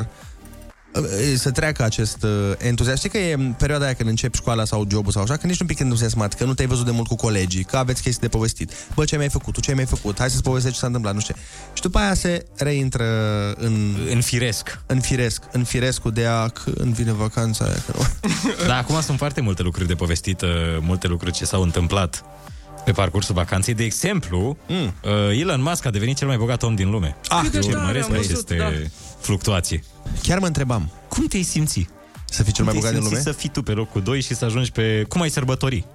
S6: uh, să treacă acest uh, entuziasm. Știi că e în perioada aia când începi școala sau jobul sau așa, că nici un pic entuziasmat, că nu te-ai văzut de mult cu colegii, că aveți chestii de povestit. Bă, ce mi-ai făcut? Tu ce mi-ai făcut? Hai să-ți povestesc ce s-a întâmplat, nu știu. ce. Și după aia se reintră în,
S7: În firesc.
S6: în firesc, în firescul de a când vine vacanța aia. Că nu.
S7: Da, acum sunt foarte multe lucruri de povestit, uh, multe lucruri ce s-au întâmplat pe parcursul vacanței. De exemplu, mm. uh, Elon Musk a devenit cel mai bogat om din lume.
S6: Ah,
S8: de
S7: Eu
S8: tare,
S7: urmăresc
S8: am văzut,
S7: aceste
S8: da.
S7: fluctuații.
S6: Chiar mă întrebam,
S7: Cum te-ai simți?
S6: să fii cel mai bogat
S7: Cum te-ai
S6: din
S7: simți
S6: lume?
S7: să fii tu pe locul 2 și să ajungi pe... Cum ai sărbători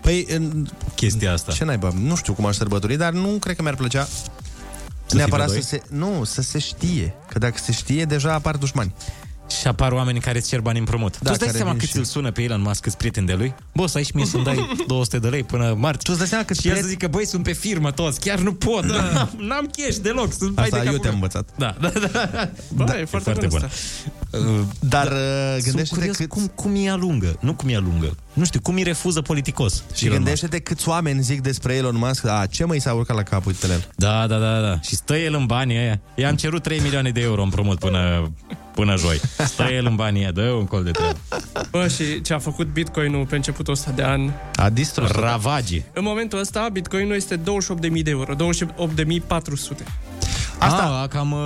S6: Păi, în,
S7: chestia asta?
S6: Ce naiba? Nu știu cum aș sărbători, dar nu cred că mi-ar plăcea
S7: Să
S6: neapărat
S7: fii
S6: să
S7: pe
S6: se... Nu, să se știe. Că dacă se știe, deja apar dușmani.
S7: Și apar oameni care îți cer bani împrumut. Da, tu îți dai
S6: care
S7: seama
S6: vin
S7: cât
S6: și-
S7: îl sună pe Elon Musk, câți prieteni de lui? Boss, aici mi să-mi dai 200 de lei până marți.
S6: Tu îți dai seama câți
S7: și el să
S6: prieteni-
S7: zică, băi, sunt pe firmă toți, chiar nu pot, da. n-am cash deloc, sunt
S6: Asta
S7: bai de
S6: eu
S7: capul
S6: te-am
S7: meu.
S6: învățat.
S7: Da, da, da.
S8: Bă, da, e foarte,
S7: foarte
S8: bun
S7: bună.
S8: asta.
S6: Dar da,
S7: Sunt
S6: gândește-te
S7: curios
S6: cât...
S7: cât... cum, cum îi alungă, nu cum îi alungă. Nu știu, cum îi refuză politicos.
S6: Și
S7: Elon
S6: gândește-te câți oameni zic despre Elon Musk, a, ce măi s-a urcat la cap, uite el.
S7: Musk. Da, da, da, da. Și stă el în banii aia. I-am cerut 3 milioane de euro împrumut până, până joi. Stă el în banii aia, dă un col de treabă.
S8: Bă, și ce a făcut Bitcoin-ul pe începutul ăsta de an?
S6: A distrus.
S7: Ravagi.
S8: În momentul ăsta, Bitcoin-ul este 28.000 de euro, 28.400.
S7: Asta. A, a cam uh,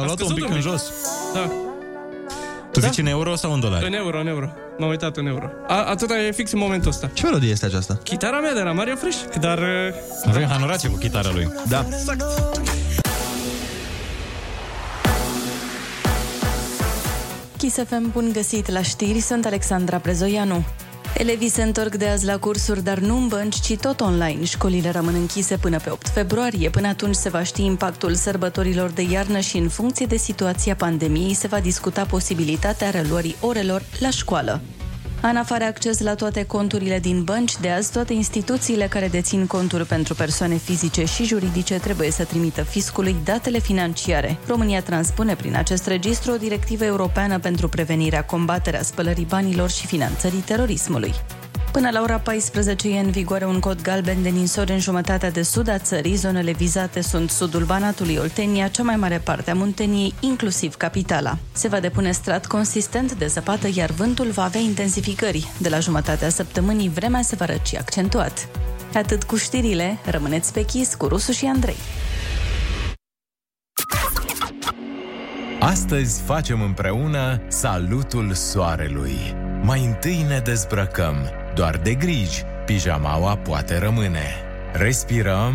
S7: a luat un
S8: scăzut
S7: pic
S8: un
S7: în
S8: pic.
S7: jos.
S8: Da.
S7: Tu zici în euro sau în dolari?
S8: În euro, în euro. M-am uitat în euro. A, atâta e fix în momentul ăsta.
S6: Ce melodie este aceasta?
S8: Chitara mea de la Mario Fresh, dar... uh,
S7: Avem hanorație cu chitara lui.
S6: Da.
S8: Exact.
S1: Kiss FM, bun găsit la știri, sunt Alexandra Prezoianu. Elevii se întorc de azi la cursuri, dar nu în bănci, ci tot online. Școlile rămân închise până pe 8 februarie. Până atunci se va ști impactul sărbătorilor de iarnă și în funcție de situația pandemiei se va discuta posibilitatea reluării orelor la școală. ANAF are acces la toate conturile din bănci. De azi, toate instituțiile care dețin conturi pentru persoane fizice și juridice trebuie să trimită fiscului datele financiare. România transpune prin acest registru o directivă europeană pentru prevenirea, combaterea spălării banilor și finanțării terorismului. Până la ora 14 e în vigoare un cod galben de ninsori în jumătatea de sud a țării. Zonele vizate sunt sudul Banatului, Oltenia, cea mai mare parte a Munteniei, inclusiv capitala. Se va depune strat consistent de zăpadă, iar vântul va avea intensificări. De la jumătatea săptămânii, vremea se va răci accentuat. Atât cu știrile, rămâneți pe chis cu Rusu și Andrei.
S4: Astăzi facem împreună salutul soarelui. Mai întâi ne dezbrăcăm, doar de griji, pijamaua poate rămâne. Respirăm...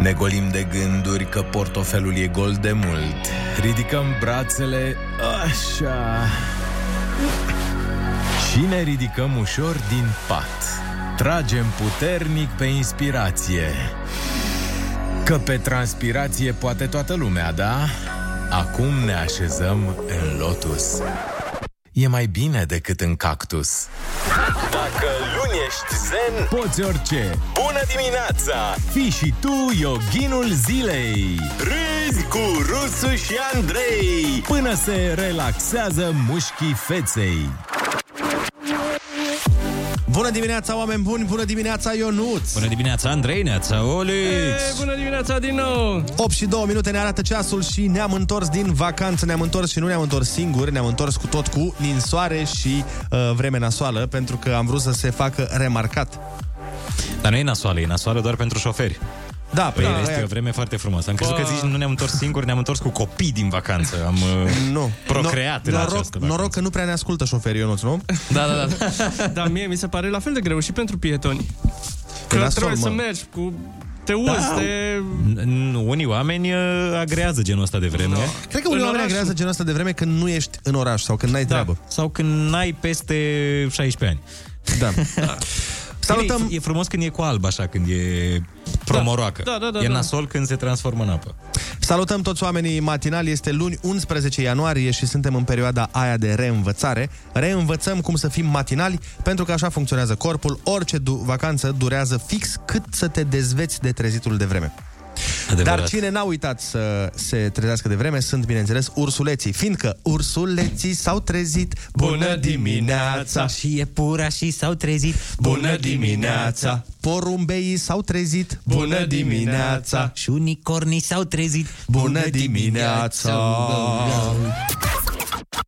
S4: Ne golim de gânduri că portofelul e gol de mult. Ridicăm brațele așa... Și ne ridicăm ușor din pat. Tragem puternic pe inspirație. Că pe transpirație poate toată lumea, da? Acum ne așezăm în lotus. E mai bine decât în cactus.
S5: Dacă luni ești zen,
S4: Poți orice.
S5: bună dimineața!
S4: Fii și tu yoghinul zilei.
S5: Râzi cu Rusu și Andrei!
S4: Până se relaxează mușchii feței.
S6: Bună dimineața, oameni buni! Bună dimineața, Ionuț!
S7: Bună dimineața, Andrei, neața,
S8: E,
S7: Olix!
S8: bună dimineața din nou!
S6: 8 și 2 minute ne arată ceasul și ne-am întors din vacanță, ne-am întors și nu ne-am întors singuri, ne-am întors cu tot cu ninsoare și uh, vreme nasoală, pentru că am vrut să se facă remarcat.
S7: Dar nu e nasoală, e nasoală doar pentru șoferi.
S6: Da,
S7: Păi
S6: da,
S7: da, este
S6: aia-
S7: o vreme foarte frumoasă. Am crezut că zici nu ne-am întors singuri, ne-am întors cu copii din vacanță. Am uh,
S6: da. nu.
S7: procreat
S6: no,
S7: în
S6: noroc,
S7: această
S6: noroc că nu prea ne ascultă șoferii, Ionuț, nu?
S7: Da, da, da.
S8: Dar mie mi se pare la fel de greu și pentru pietoni.
S7: Păi
S8: Că
S6: nasol,
S8: trebuie
S6: mă.
S8: să mergi cu... Te uzi, te...
S7: Da. Unii oameni uh, agrează genul ăsta de vreme.
S6: Cred că unii
S8: Da. În
S6: oameni
S8: orașul.
S6: agrează genul ăsta de vreme când nu ești în oraș sau când n-ai treabă.
S7: Da. Sau când n-ai peste 16 ani.
S6: Da.
S7: Salutăm.
S6: Salutăm...
S7: E, e frumos când e cu alb, așa, când e promoroacă.
S8: Da, da, da,
S7: e
S8: da.
S7: nasol când se transformă în apă.
S6: Salutăm toți oamenii matinali, este luni 11 ianuarie și suntem în perioada aia de reînvățare. Reînvățăm cum să fim matinali, pentru că așa funcționează corpul. Orice du- vacanță durează fix cât să te dezveți de trezitul de vreme.
S7: Adevărat.
S6: Dar cine n-a uitat să se trezească de vreme sunt, bineînțeles, ursuleții, fiindcă ursuleții s-au trezit.
S8: Bună dimineața!
S7: Și e pura și s-au trezit.
S8: Bună dimineața!
S6: Porumbeii s-au trezit.
S8: Bună dimineața!
S7: Și unicornii s-au trezit.
S6: Bună dimineața!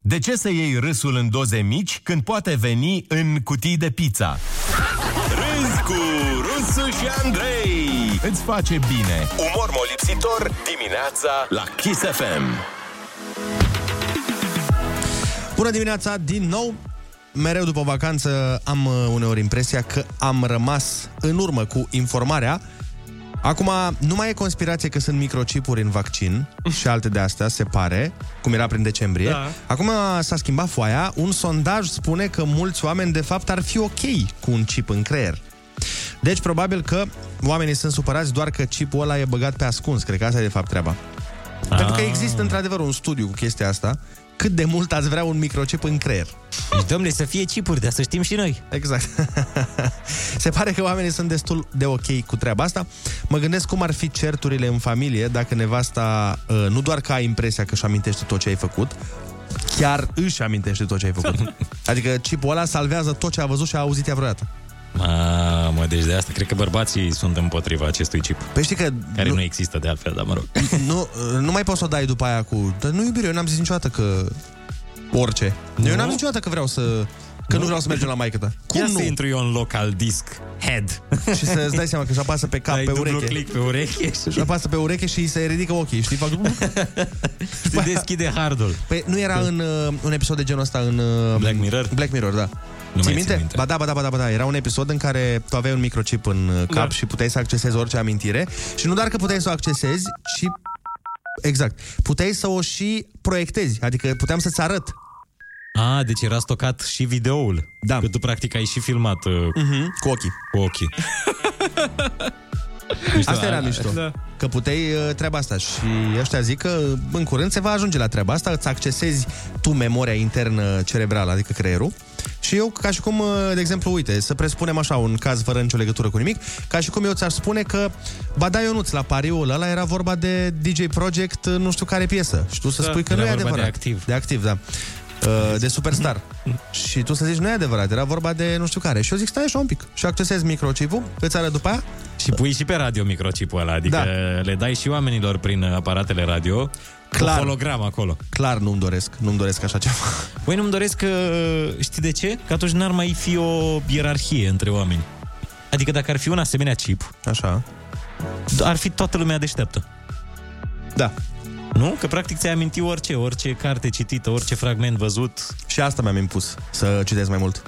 S4: De ce să iei râsul în doze mici când poate veni în cutii de pizza?
S5: Râzi cu Rusu și Andrei!
S4: Îți face bine.
S5: Umor molipsitor dimineața la Kiss FM.
S6: Bună dimineața din nou! Mereu după vacanță am uh, uneori impresia că am rămas în urmă cu informarea. Acum, nu mai e conspirație că sunt microchipuri în vaccin și alte de astea, se pare, cum era prin decembrie.
S8: Da.
S6: Acum s-a schimbat foaia, un sondaj spune că mulți oameni de fapt ar fi ok cu un chip în creier. Deci probabil că oamenii sunt supărați doar că chipul ăla e băgat pe ascuns, cred că asta e de fapt treaba. Pentru
S7: Ah.
S6: că există într-adevăr un studiu cu chestia asta, cât de mult ați vrea un microchip în creier.
S7: Deci, Domnule, să fie chipuri, dar să știm și noi.
S6: Exact. Se pare că oamenii sunt destul de ok cu treaba asta. Mă gândesc cum ar fi certurile în familie dacă nevasta uh, nu doar că ai impresia că își amintește tot ce ai făcut, chiar își amintește tot ce ai făcut. Adică chipul ăla salvează tot ce a văzut și a auzit ea vreodată.
S7: Mamă, deci de asta cred că bărbații sunt împotriva acestui chip.
S6: Păi știi că
S7: Care nu,
S6: nu,
S7: nu există de altfel, dar mă rog.
S6: nu, uh, nu mai poți să o dai după aia cu... Dar nu iubire, eu n-am zis niciodată că... Orice. Eu n-am zis niciodată că vreau să Că nu vreau să mergem la maică ta.
S7: Cum Ia nu? să intru eu în local disc head.
S6: Și să-ți dai seama că își apasă pe cap,
S7: Dai
S6: pe
S7: dublu
S6: ureche.
S7: click pe ureche
S6: Și
S7: și
S6: apasă pe ureche și se ridică ochii, știi? Fac...
S7: se deschide hardul.
S6: Păi nu era în uh, un episod de genul ăsta în uh,
S7: Da. Black Mirror?
S6: Black Mirror, da.
S7: mai
S6: Ții
S7: țin
S6: minte?
S7: minte.
S6: Ba da, ba da, ba da, ba da. Era un episod în care tu aveai un microchip în uh, cap
S8: Da.
S6: și puteai să accesezi orice amintire și nu doar că puteai să o accesezi, ci exact. Puteai să o și proiectezi, adică puteam să ți arăt.
S7: A, deci era stocat și videoul.
S6: Da.
S7: Că tu practic ai și filmat uh,
S6: Mm-hmm. Cu ochii.
S7: cu ochii.
S6: Asta era mișto.
S8: Da.
S6: Că puteai uh, treaba asta și ăștia zic că uh, în curând se va ajunge la treaba asta, îți accesezi tu memoria internă cerebrală, adică creierul. Și eu, ca și cum, uh, de exemplu, uite, să presupunem așa un caz fără nicio legătură cu nimic, ca și cum eu ți-aș spune că Bada Ionuț la pariul ăla era vorba de DJ Project, uh, nu știu care piesă. Și tu să
S8: Da.
S6: spui că
S7: Era
S6: nu e
S7: vorba de
S6: adevărat.
S7: activ.
S6: De activ, da. Uh, De superstar. și tu să zici, nu e adevărat, era vorba de nu știu care. Și eu zic, stai așa un pic. Și accesezi microchipul, îți arăt după aia,
S7: Și pui și pe radio microchipul ăla, adică
S6: Da.
S7: da. le dai și oamenilor prin uh, aparatele radio
S6: Clar.
S7: Clar. hologram acolo.
S6: Clar nu-mi doresc, nu-mi doresc așa ceva.
S7: Voi Păi nu-mi doresc că, știi de ce? Că atunci n-ar mai fi o ierarhie între oameni. Adică dacă ar fi un asemenea chip,
S6: Așa.
S7: ar fi toată lumea deșteaptă.
S6: Da.
S7: Nu? Că practic ți-ai amintit orice, orice carte citită, orice fragment văzut
S6: Și asta mi-am impus, să citesc mai mult.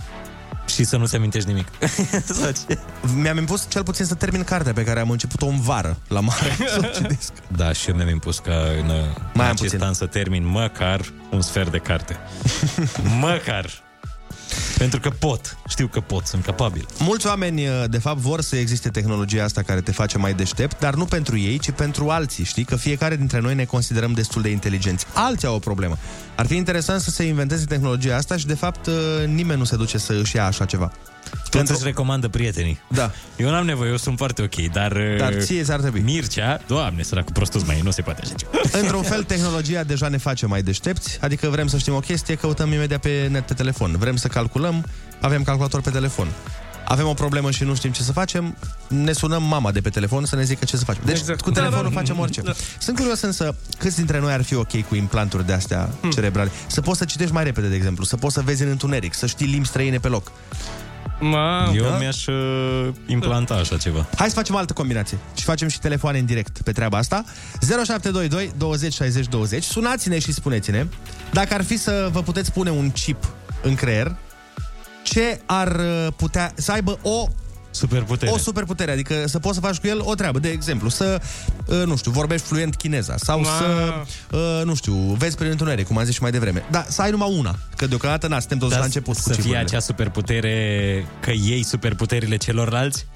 S7: și să nu-ți amintești nimic. Sau ce?
S6: Mi-am impus cel puțin să termin cartea pe care am început-o în vară, la mare, să o citesc.
S7: da, și eu mi-am impus ca în, uh, în
S6: am
S7: acest
S6: puțin.
S7: an să termin măcar un sfert de carte. măcar! Pentru că pot, știu că pot, sunt capabil.
S6: Mulți oameni, uh, de fapt, vor să existe tehnologia asta care te face mai deștept, dar nu pentru ei, ci pentru alții. Știi că fiecare dintre noi ne considerăm destul de inteligenți. Alții au o problemă. Ar fi interesant să se inventeze tehnologia asta și, de fapt, uh, nimeni nu se duce să își ia așa ceva.
S7: Când îți recomandă prietenii.
S6: Da.
S7: Eu n-am nevoie, eu sunt foarte ok, dar...
S6: Dar
S7: uh,
S6: ție ți-ar trebui.
S7: Mircea, doamne, săracul prostul mai e, nu se poate așa ceva.
S6: Într-un fel, tehnologia deja ne face mai deștepți, adică vrem să știm o chestie, căutăm imediat pe net pe telefon. Vrem să calculăm, avem calculator pe telefon. Avem o problemă și nu știm ce să facem, ne sunăm mama de pe telefon să ne zică ce să facem. Deci exact.
S8: Exact.
S6: cu
S8: Da,
S6: telefonul
S8: da, da.
S6: facem orice.
S8: Da.
S6: Sunt curios însă câți dintre noi ar fi ok cu implanturi de astea
S8: Hmm.
S6: cerebrale. Să poți să citești mai repede, de exemplu, să poți să vezi în întuneric, să știi limbi străine pe loc.
S8: Ma,
S7: Eu
S6: Da?
S7: mi-aș uh, implanta așa ceva.
S6: Hai să facem altă combinație și facem și telefoane în direct pe treaba asta. 0722 20 60 20. Sunați-ne și spuneți-ne dacă ar fi să vă puteți pune un chip în creier, ce ar uh, putea să aibă o
S7: Super putere.
S6: o superputere, adică să poți să faci cu el o treabă. De exemplu, să, uh, nu știu, vorbești fluent chineza sau
S8: Ma.
S6: să, uh, nu știu, vezi prin întuneric, cum am zis și mai devreme. Dar să ai numai una, că deocamdată na, suntem toți
S7: Dar
S6: la început cu
S7: să fie
S6: chipurile.
S7: acea superputere că ei superputerile celorlalți?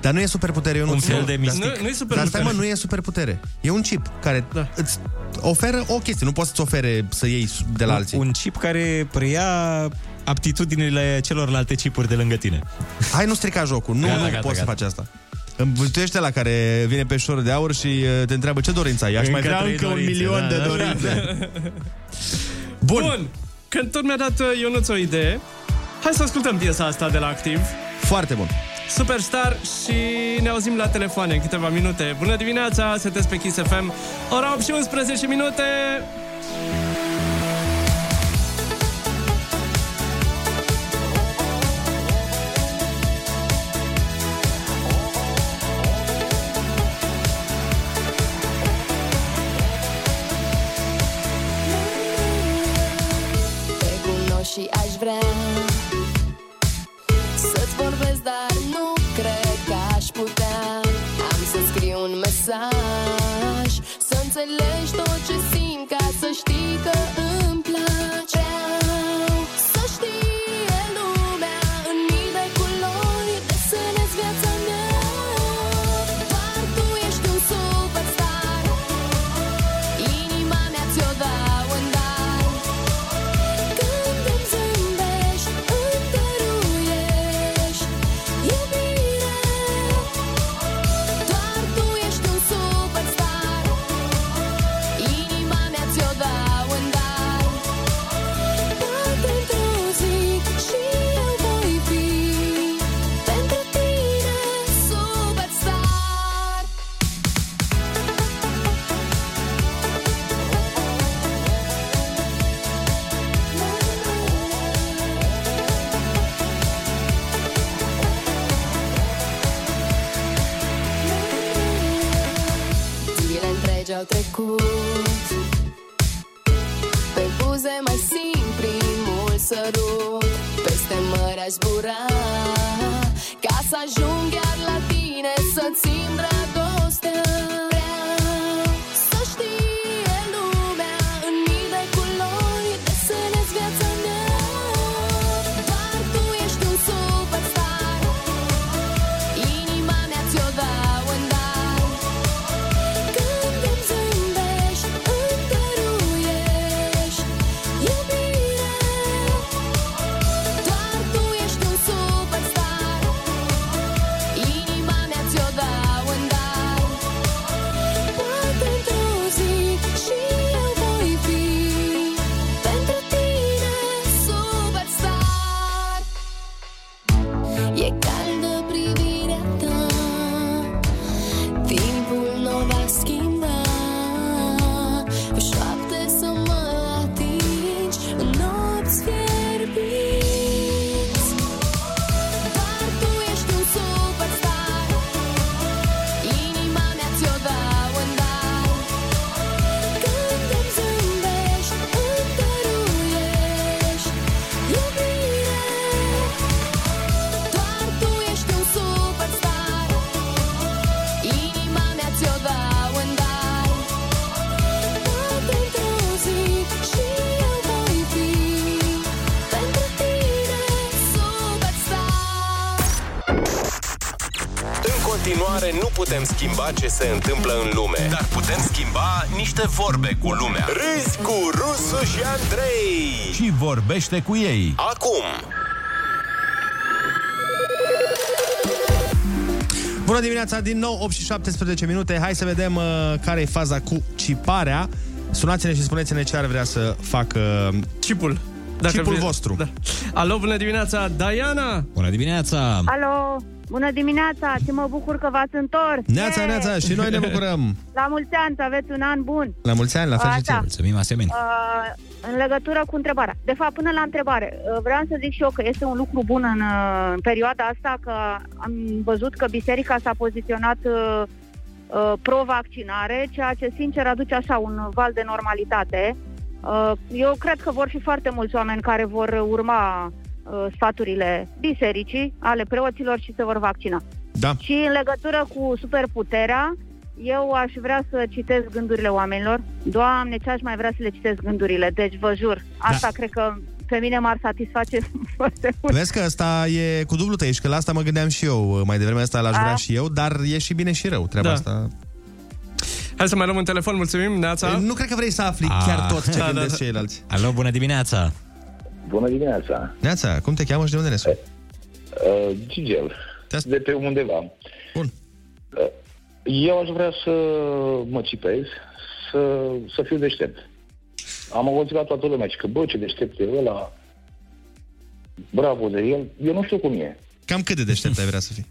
S6: Dar nu e superputere, eu nu
S7: Un fel de
S8: nu,
S7: mistic.
S8: nu e super
S6: Dar stai mă,
S8: putere.
S6: nu e superputere. E un chip care da.
S8: Da.
S6: îți oferă o chestie. Nu poți să-ți ofere să iei de la
S7: Un-
S6: alții. Un...
S7: Un chip care preia aptitudinile celorlalte chipuri de lângă tine.
S6: Hai, nu strica jocul. Nu,
S7: Gata,
S6: nu
S7: gata,
S6: poți să
S7: gata.
S6: faci asta. Învârtește la care vine pe șor de aur și uh, te întreabă ce dorință ai. Aș mai
S7: Încă
S6: vrea
S7: trei
S6: încă un
S7: dorințe,
S6: milion
S7: da,
S6: de
S7: da.
S6: dorințe. Bun.
S8: Bun. Când tot mi-a dat uh, Ionuț o idee, hai să ascultăm piesa asta de la Activ.
S6: Foarte bun.
S8: Superstar și ne auzim la telefoane în câteva minute. Bună dimineața, sunteți pe Kiss FM. Ora 8 și 11 minute.
S10: Te cunosc și aș vrea Să-ți vorbesc, dar nu cred că aș putea Am să scriu un mesaj Să înțelegi tot ce simt Ca să știi că îmi place Vreau Să știe lumea În mii de culori Desenezi viața mea Doar tu ești un superstar Inima mea ți-o dau în dar când îmi zâmbești, îmi dăruiești iubire Doar tu ești un superstar Inima mea ți-o dau în dar au trecut Pe buze mai simt primul sărut Peste mări aș zbura Ca să ajung chiar la tine să țin dragostea Vreau să știe lumea în mii de culori Desenez viața mea Doar tu ești un superstar Inima mea ți-o dau în dar Când îmi zâmbești, îmi dăruiești iubire Doar tu ești un superstar Inima mea ți-o dau în dar Poate într-o zi și eu voi fi Pentru tine superstar E caldă privirea ta Timpul nu va schimba Șoapte să mă atingi În nopți fierbiți Doar tu ești un superstar Inima mea ți-o dau în dar Când îmi zâmbești Îmi dăruiești iubire doar tu ești un superstar Inima mea ți-o dau în dar Poate într-o zi și eu voi fi Pentru tine superstar
S5: În continuare, nu putem schimba ce se întâmplă în lume, dar putem schimba niște vorbe cu lumea. Râzi cu Rusu și Andrei.
S4: Și vorbește cu ei.
S5: Acum,
S6: Bună dimineața, din nou 8 și 17 minute. Hai să vedem uh, care e faza cu ciparea. Sunați-ne și spuneți-ne ce ar vrea să facă uh,
S8: cipul.
S6: Dacă cipul
S8: vre-
S6: vostru. Da.
S8: Alo, bună dimineața, Diana!
S7: Bună dimineața!
S11: Alo, bună dimineața, ce mă bucur că v-ați întors.
S6: Neața,
S11: Ye!
S6: neața, și noi ne bucurăm.
S11: La mulți ani, să aveți un an bun.
S6: La mulți ani, la fel și
S11: Asta.
S6: ție.
S7: Mulțumim asemenea.
S11: Uh, în legătură cu întrebarea. De fapt, până la întrebare, uh, vreau să zic și eu că este un lucru bun în, uh, în perioada asta, că am văzut că biserica s-a poziționat uh, uh, pro-vaccinare, ceea ce, sincer, aduce așa un val de normalitate. Uh, Eu cred că vor fi foarte mulți oameni care vor urma uh, sfaturile bisericii, ale preoților și se vor vaccina.
S6: Da.
S11: Și în legătură cu superputerea, eu aș vrea să citesc gândurile oamenilor. Doamne, ce aș mai vrea să le citesc gândurile? Deci, vă jur, asta da. cred că pe mine m-ar satisface foarte mult.
S6: Vezi că asta e cu dublu tăiești, că la asta mă gândeam și eu. Mai devreme asta l-aș vrea
S11: A.
S6: și eu, dar e și bine și rău treaba
S8: Da.
S6: asta.
S8: Hai să mai luăm un telefon, mulțumim, Neața!
S6: Nu cred că vrei să afli
S7: Ah.
S6: chiar tot ce
S8: Da, da,
S6: gândesc
S8: da.
S6: ceilalți.
S7: Alo, bună dimineața!
S12: Bună dimineața!
S6: Neața, cum te cheamă și de unde ne suni?
S12: Uh, Gigel, de pe undeva. Bun. Uh, eu aș vrea să mă cipez, să, să fiu deștept. Am auzit la toată lumea și că, bă, ce deștept e ăla, bravo de el, eu nu știu cum e.
S6: Cam cât de deștept ai vrea să fii?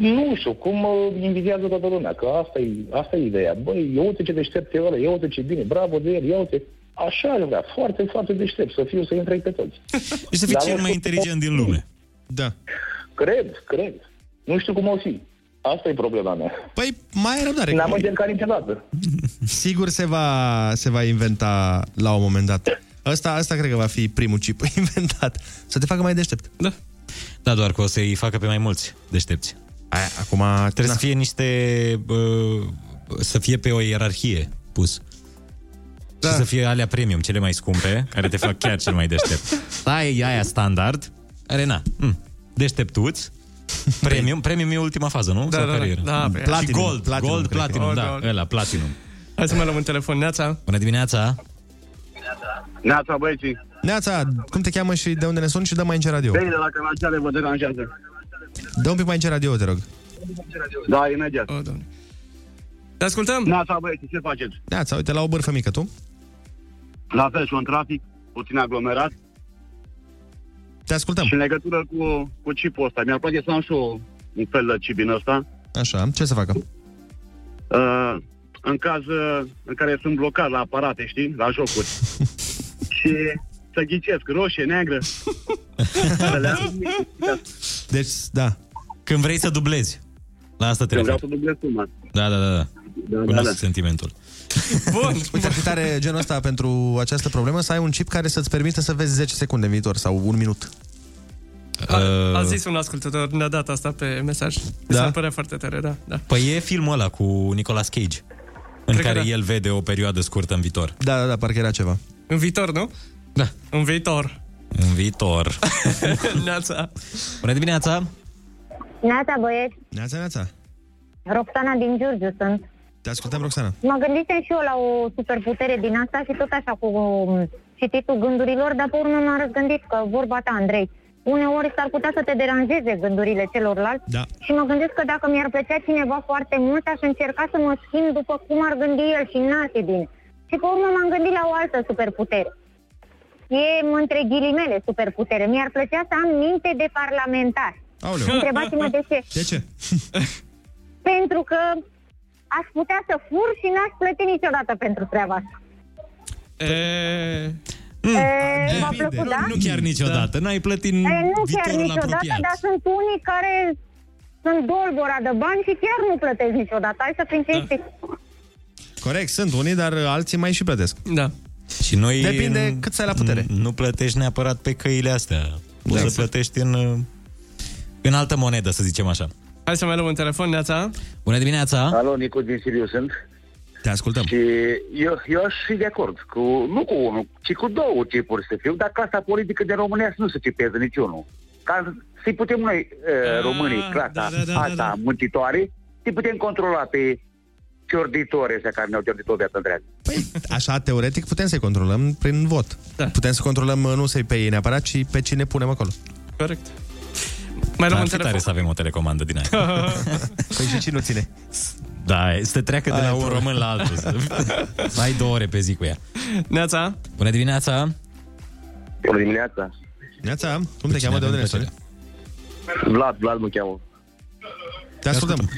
S12: Nu știu, cum mă invidiază toată lumea, că asta e, asta e ideea. Băi, eu uite ce deștept e ăla, eu uite ce bine, bravo de el, ia uite. Așa aș vrea, foarte, foarte deștept, să fiu, să intre pe toți.
S7: Și să fii
S12: Dar
S7: cel
S12: nu
S7: mai
S12: știu cum-
S7: inteligent din lume.
S6: Da.
S12: Cred, cred. Nu știu cum o fi. Asta e problema mea.
S6: Păi mai ai răbdare.
S12: N-am încercat niciodată.
S6: Sigur se va, se va inventa la un moment dat. Asta, asta cred că va fi primul chip inventat. Să te facă mai deștept.
S8: Da.
S7: Da, doar că o să-i facă pe mai mulți deștepți.
S6: Aia, acum...
S7: Trebuie să fie niște... Uh, să fie pe o ierarhie pus. Da. Și să fie alea premium, cele mai scumpe, care te fac chiar cel mai deștept. Aia Da, e aia standard, care na, mm, deșteptuți, premium, premium e ultima fază, nu?
S8: Da,
S7: Sau
S8: da,
S7: care
S8: da.
S7: era?
S8: Da, pe-
S7: și
S8: Platinum,
S7: gold,
S8: platinum,
S7: gold,
S8: cred că.
S7: platinum,
S8: Oh,
S7: da,
S8: da.
S7: ăla, platinum.
S8: Hai să mai luăm un telefon, Neața!
S7: Bună dimineața!
S13: Neața, băieții.
S6: Neața, cum te cheamă și de unde ne suni și dă mai în ce radio?
S13: Bine, la canacele vă deranjează.
S6: Dă un pic mai în ce radio, te rog.
S13: Da, imediat.
S8: Oh, doamne. Te ascultăm?
S13: Neața, băieții, ce faceți?
S6: Neața, uite, la o bârfă mică, tu?
S13: La fel, sunt trafic, puțin aglomerat.
S6: Te ascultăm.
S13: Și în legătură cu, cu chipul ăsta, mi-ar place să am și eu un fel de chip din ăsta.
S6: Așa, ce să facă?
S13: Uh, în caz uh, în care sunt blocat la aparate, știi? La jocuri. și să ghicesc, roșie, neagră. Să le am.
S6: Deci, da.
S7: Când vrei să dublezi. La asta te
S13: Când vreau să
S7: referi.
S13: dublez suma.
S7: Da, da, da, da.
S14: da,
S7: Cunosc
S14: da.
S7: sentimentul.
S6: Bun. Uite, ar fi tare genul ăsta pentru această problemă să ai un chip care să-ți permite să vezi 10 secunde în viitor sau un minut.
S8: A,
S7: Uh.
S8: a zis un ascultător, ne-a dat asta pe mesaj. Mi
S7: Da?
S8: s-ar părea foarte tare, da. da.
S7: Păi e filmul ăla cu Nicolas Cage, în
S8: Cred că
S7: care
S8: da.
S7: el vede o perioadă scurtă în viitor.
S6: Da, da, da, parcă era ceva.
S8: În viitor, nu?
S7: Da.
S8: În viitor.
S7: În viitor.
S8: Neața.
S7: Bună dimineața!
S15: Neața, băieți,
S6: Neața, neața.
S15: Roxana din Giurgiu sunt.
S6: Te ascultăm, Roxana.
S15: Mă gândisem și eu la o superputere din asta și tot așa cu um, cititul gândurilor, dar pe urmă m-am răzgândit că vorba ta, Andrei, uneori s-ar putea să te deranjeze gândurile celorlalți
S6: Da.
S15: și mă gândesc că dacă mi-ar plăcea cineva foarte mult, aș încerca să mă schimb după cum ar gândi el și n-ar bine. Și pe urmă m-am gândit la o altă superputere. E între ghilimele superputere. Mi-ar plăcea să am minte de parlamentar.
S6: Aoleu.
S15: Întrebați-mă de ce.
S6: De ce?
S15: Pentru că aș putea să fur și n-aș plăti niciodată pentru treaba asta.
S8: E...
S7: Mm,
S15: E, v-a
S7: depinde.
S15: Eh, plăcut, da?
S7: Nu chiar niciodată. N-ai plătit în
S15: E, nu chiar
S7: Mm, viitorul
S15: niciodată,
S7: apropiat.
S15: dar sunt unii care sunt dolbora de bani și chiar nu plătesc niciodată. Hai să
S7: Da.
S15: fim cinstiți.
S6: Corect, sunt unii, dar alții mai și plătesc.
S8: Da.
S7: Și noi...
S6: Depinde
S7: n-
S6: cât să ai la putere.
S7: n- Nu plătești neapărat pe căile astea. Poți
S6: Exact.
S7: să plătești în, uh, în altă monedă, să zicem așa.
S8: Hai să mai luăm un telefon, Neața.
S7: Bună dimineața!
S14: Alo, Nicu din Siriu sunt.
S6: Te ascultăm.
S14: Și eu, eu aș fi de acord cu, nu cu unul, ci cu două tipuri să fiu, dar clasa politică de România să nu se tipeze niciunul. Ca să-i putem noi, eh, românii, clasa da, da, da, asta, da. muncitoare, să-i putem controla pe ciorditorii ăștia care ne-au ciordit o viață întreagă.
S6: Așa, teoretic, putem să-i controlăm prin vot. Da. Putem să controlăm nu să-i pe ei neapărat, ci pe cine punem acolo.
S8: Corect.
S7: Mai
S6: luăm
S7: Ar
S6: un
S7: fi
S6: telefon.
S7: Da, tare să avem o telecomandă din aia.
S6: Păi și cine o ține?
S7: Da, să te treacă de
S6: Aia
S7: la
S6: e
S7: un
S6: problema.
S7: român la altul. să- Ai două ore pe zi cu ea.
S8: Neața.
S7: Bună dimineața!
S13: Bună dimineața!
S6: Neața, cum te cheamă? De unde ne suni?
S13: Vlad, Vlad mă cheamă.
S6: Te ascultăm.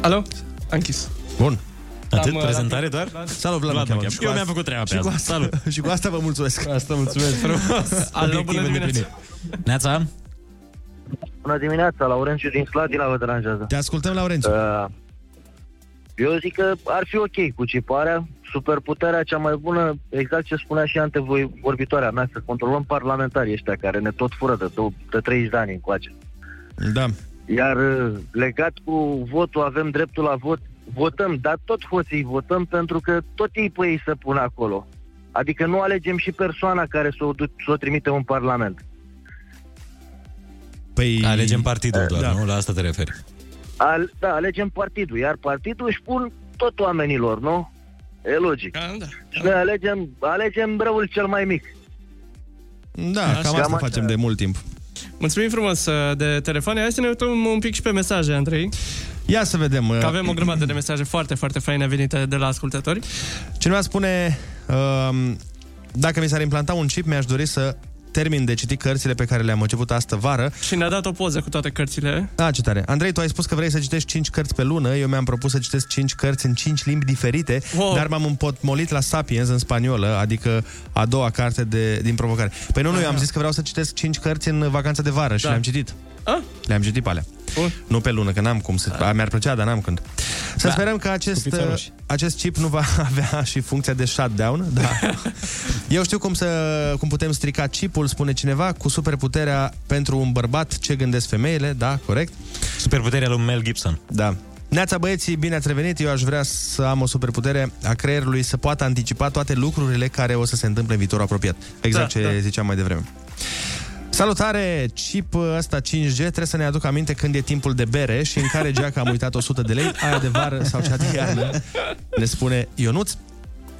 S8: Alo? A închis. uh,
S6: Bun.
S7: Atât?
S8: Am,
S7: prezentare
S8: rapid,
S7: doar?
S8: Vlad.
S6: Salut, Vlad,
S7: Vlad
S6: mă
S7: mă
S6: cheamă.
S7: cheamă. Eu mi-am făcut treaba pe
S6: și cu
S7: asta.
S6: asta.
S7: Salut.
S6: și cu asta vă mulțumesc.
S7: Asta mulțumesc frumos.
S8: Alo, bună dimineața.
S7: Neața?
S13: Bună dimineața, Laurențiu din Slatina vă deranjează.
S6: Te ascultăm, Laurențiu.
S13: Uh, eu zic că ar fi ok cu ciparea, superputerea cea mai bună, exact ce spunea și antevorbitoarea mea, să controlăm parlamentarii ăștia care ne tot fură de, dou- de 30 de ani încoace.
S6: Da.
S13: Iar uh, legat cu votul, avem dreptul la vot, votăm, dar tot hoții votăm pentru că tot ei pe ei să pună acolo. Adică nu alegem și persoana care să o, du- să o trimite în Parlament.
S6: Păi...
S7: Alegem partidul doar, nu? La asta te referi.
S13: Al, da, alegem partidul, iar partidul își pun tot oamenilor, nu? E logic.
S8: da.
S13: Și noi alegem, alegem răul cel mai mic.
S6: Da, cam asta facem de mult timp.
S8: Mulțumim frumos uh, de telefon. Hai să ne uităm un pic și pe mesaje, Andrei.
S6: Ia să vedem. uh,
S8: Că avem o grămadă de mesaje foarte, foarte faine venite de la ascultători.
S6: Cineva spune, um, dacă mi s-ar implanta un chip, mi-aș dori să termin de citit cărțile pe care le-am început astă vară.
S8: Și ne-a dat o poză cu toate cărțile.
S6: A, Da, ce tare. Andrei, tu ai spus că vrei să citești 5 cărți pe lună. Eu mi-am propus să citesc 5 cărți în 5 limbi diferite, wow. dar m-am împotmolit la Sapiens în spaniolă, adică a doua carte de, din provocare. Păi nu, nu, eu am zis că vreau să citesc 5 cărți în vacanța de vară și
S8: Da.
S6: le-am citit.
S8: A?
S6: Le-am citit pe alea.
S8: Bun.
S6: Nu pe lună, că n-am cum să... A, mi-ar plăcea, dar n-am când. Să
S7: Da.
S6: sperăm că acest, uh,
S7: Scufița roșie.
S6: acest chip nu va avea și funcția de shutdown. Da. Eu știu cum, să, cum putem strica chipul, spune cineva, cu superputerea pentru un bărbat, ce gândesc femeile, da, corect.
S7: Superputerea lui Mel Gibson.
S6: Da. Neața băieții, bine ați revenit. Eu aș vrea să am o superputere a creierului să poată anticipa toate lucrurile care o să se întâmple în viitorul apropiat. Exact
S7: Da,
S6: ce
S7: da.
S6: ziceam mai devreme. Salutare! Chip ăsta 5G trebuie să ne aduc aminte când e timpul de bere și în care geaca am uitat 100 de lei, aia de vară sau cea de iarnă, ne spune Ionuț.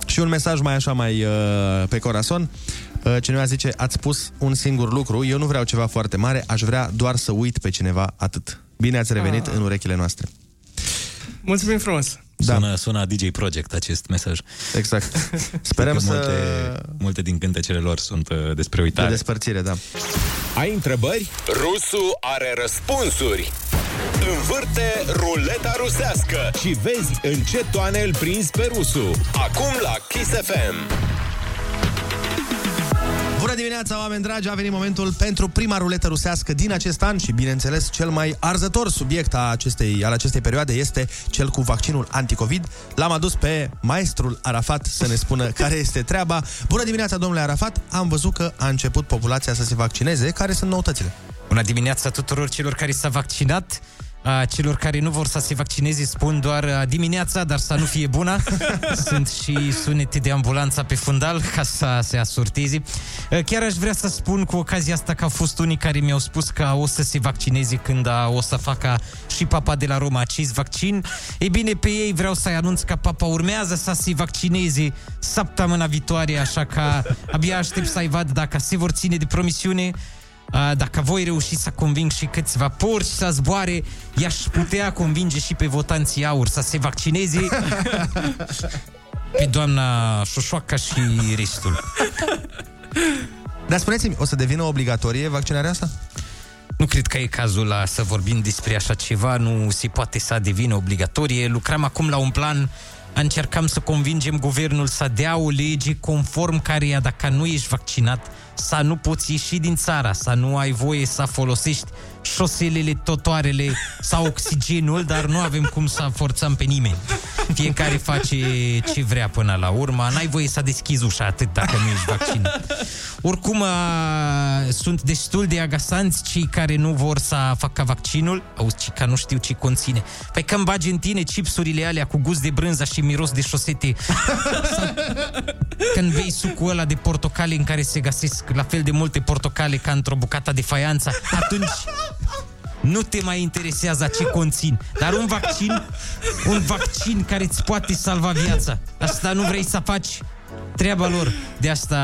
S6: Și un mesaj mai așa mai uh, pe corazon. Uh, cineva zice, ați spus un singur lucru, eu nu vreau ceva foarte mare, aș vrea doar să uit pe cineva atât. Bine ați revenit
S8: Ah.
S6: în urechile noastre.
S8: Mulțumim frumos.
S7: Da. Sună, sună a DJ Project acest mesaj.
S6: Exact.
S7: Sperăm
S6: să-
S7: Multe, multe din cântecele lor sunt uh, despre uitare.
S6: De despărțire, da.
S7: Ai întrebări?
S5: Rusu are răspunsuri. Învârte ruleta rusească și vezi în ce toane îl prinzi pe Rusu. Acum la Kiss FM.
S6: Bună dimineața, oameni dragi! A venit momentul pentru prima ruletă rusească din acest an și, bineînțeles, cel mai arzător subiect a acestei, al acestei perioade este cel cu vaccinul anticovid. L-am adus pe maestrul Arafat să ne spună care este treaba. Bună dimineața, domnule Arafat! Am văzut că a început populația să se vaccineze. Care sunt noutățile?
S4: Bună dimineața tuturor celor care s-au vaccinat. A, celor care nu vor să se vaccineze spun doar a, dimineața, dar să nu fie bună. Sunt și sunete de ambulanța pe fundal ca să se asorteze. A, Chiar aș vrea să spun cu ocazia asta că au fost unii care mi-au spus că o să se vaccineze când a, o să facă și papa de la Roma acest vaccin. Ei bine, pe ei vreau să-i anunț că papa urmează să se vaccineze săptămâna viitoare, așa că abia aștept să-i vad dacă se vor ține de promisiune a, dacă voi reuși să conving și câțiva porci să zboare, i-aș putea convinge și pe votanții aur să se vaccineze pe doamna Șoșoaca și restul.
S6: Dar spuneți-mi, o să devină obligatorie vaccinarea asta?
S4: Nu cred că e cazul la să vorbim despre așa ceva, nu se poate să devină obligatorie. Lucrăm acum la un plan, încercăm să convingem guvernul să dea o lege conform căreia dacă nu ești vaccinat, să nu poți ieși din țara, să nu ai voie să folosești șoselele, totoarele sau oxigenul, dar nu avem cum să forțăm pe nimeni. Fiecare face ce vrea până la urmă. N-ai voie să deschizi ușa atât dacă nu ești vaccinat. Oricum, a, sunt destul de agasanți cei care nu vor să facă vaccinul. Auzi, ci că nu știu ce conține. Păi când bagi în tine chipsurile alea cu gust de brânză și miros de șosete, sau când bei sucul ăla de portocale în care se găsesc la fel de multe portocale ca într-o bucată de faianță, atunci nu te mai interesează ce conțin, dar un vaccin, un vaccin care îți poate salva viața. Asta nu vrei să faci treaba lor. De asta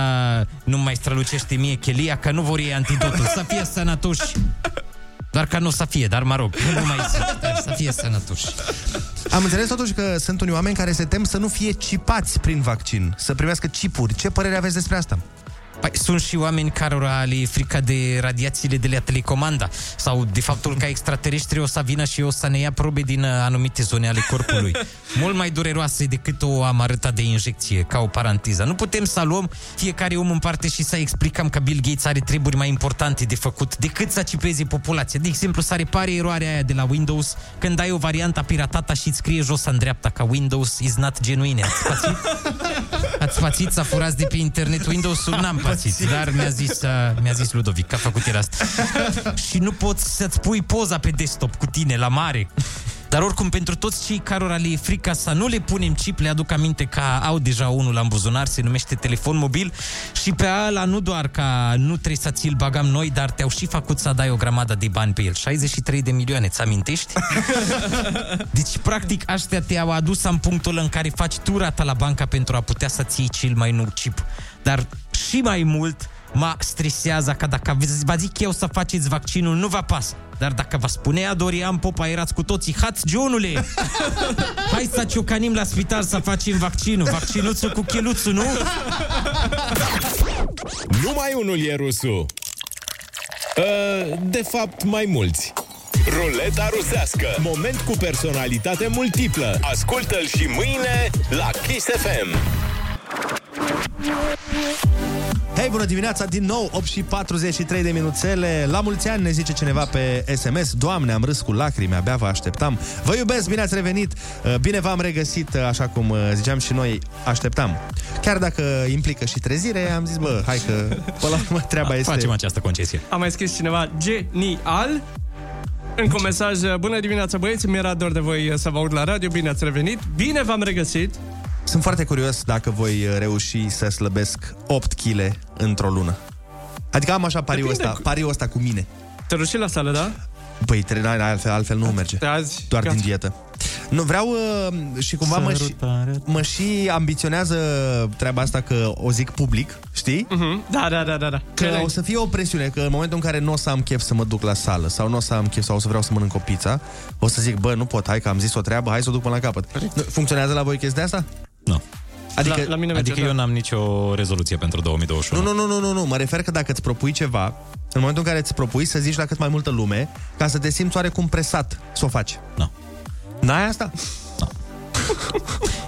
S4: nu mai strălucește mie chelia, că nu vor ei antidotul. Să fie sănătoși. Doar că nu o să fie, dar mă rog, nu mai zic, dar să fie sănătoși.
S6: Am înțeles totuși că sunt unii oameni care se tem să nu fie cipați prin vaccin, să primească chipuri. Ce părere aveți despre asta?
S4: Păi, sunt și oameni care le e frică de radiațiile de la telecomanda sau de faptul că extraterestrii o să vină și o să ne ia probe din uh, anumite zone ale corpului. Mult mai dureroase decât o amarăta de injecție, ca o parantiză. Nu putem să luăm fiecare om în parte și să explicăm că Bill Gates are treburi mai importante de făcut decât să cipeze populația. De exemplu, să repare eroarea aia de la Windows când ai o variantă piratată și îți scrie jos în dreapta că Windows is not genuine. Ați pățit? Ați pățit să furați de pe internet Windows-ul? N-am pățit, dar mi-a zis, uh, mi-a zis Ludovic că a făcut el asta. și nu poți să-ți pui poza pe desktop cu tine la mare. Dar oricum, pentru toți cei cărora le e frica să nu le punem chip, le aduc aminte că au deja unul la în buzunar, se numește telefon mobil și pe ala nu doar că nu trebuie să ți-l bagam noi, dar te-au și făcut să dai o grămadă de bani pe el. 63 de milioane, ți amintești? Deci, practic, aștia te-au adus în punctul în care faci tu rata la banca pentru a putea să-ți iei cel mai nou chip. Dar și mai mult mă stresează că dacă v- vă zic eu să faceți vaccinul, nu vă pasă. Dar dacă vă spunea Dorian Popa, erați cu toții, hați Johnule! Hai să ciocanim la spital să facem vaccinul. Vaccinuțul cu cheluțul, nu?
S5: Numai unul e rusul. Uh, De fapt, mai mulți.
S16: Ruleta rusească.
S5: Moment cu personalitate multiplă.
S16: Ascultă-l și mâine la Kiss FM.
S6: Hei, bună dimineața din nou, 8 și 43 de minuțele. La mulți ani ne zice cineva pe SMS, Doamne, am râs cu lacrimi, abia vă așteptam. Vă iubesc, bine ați revenit, Uh, bine v-am regăsit, uh, așa cum ziceam și noi, așteptam. Chiar dacă implică și trezire, am zis, bă, hai că, până la urmă, treaba este...
S4: Facem această concesie.
S8: A mai scris cineva genial încă un mesaj, bună dimineața băieți, mi-era dor de voi să vă aud la radio, bine ați revenit, bine v-am regăsit.
S6: Sunt foarte curios dacă voi uh, reuși să slăbesc 8 kg într-o lună. Adică am așa pariul
S8: Depinde
S6: ăsta,
S8: cu-
S6: pariul ăsta cu mine.
S8: Te ruși la sală, da?
S6: Păi, tre- n- altfel, altfel nu merge.
S8: Azi,
S6: Doar
S8: gata.
S6: din dietă. Nu, vreau uh, și cumva mă și, mă și ambiționează treaba asta că o zic public, știi?
S8: Mhm. Da, da, da, da, da.
S6: Că
S8: Corect.
S6: o să fie o presiune, că în momentul în care nu o să am chef să mă duc la sală sau nu o să am chef sau o să vreau să mănânc o pizza, o să zic, bă, nu pot, hai că am zis o treabă, hai să o duc până la capăt. Funcționează la voi chestia asta?
S4: Nu.
S6: Adică- La- la mine merge,
S4: adică
S6: da.
S4: eu n-am nicio rezoluție pentru 2021.
S6: Nu, nu, nu, nu, nu, nu, mă refer că dacă îți propui ceva, în momentul în care îți propui să zici la cât mai multă
S7: Da.
S6: lume, ca să te simți oarecum presat să o faci.
S4: Nu.
S6: N-ai asta?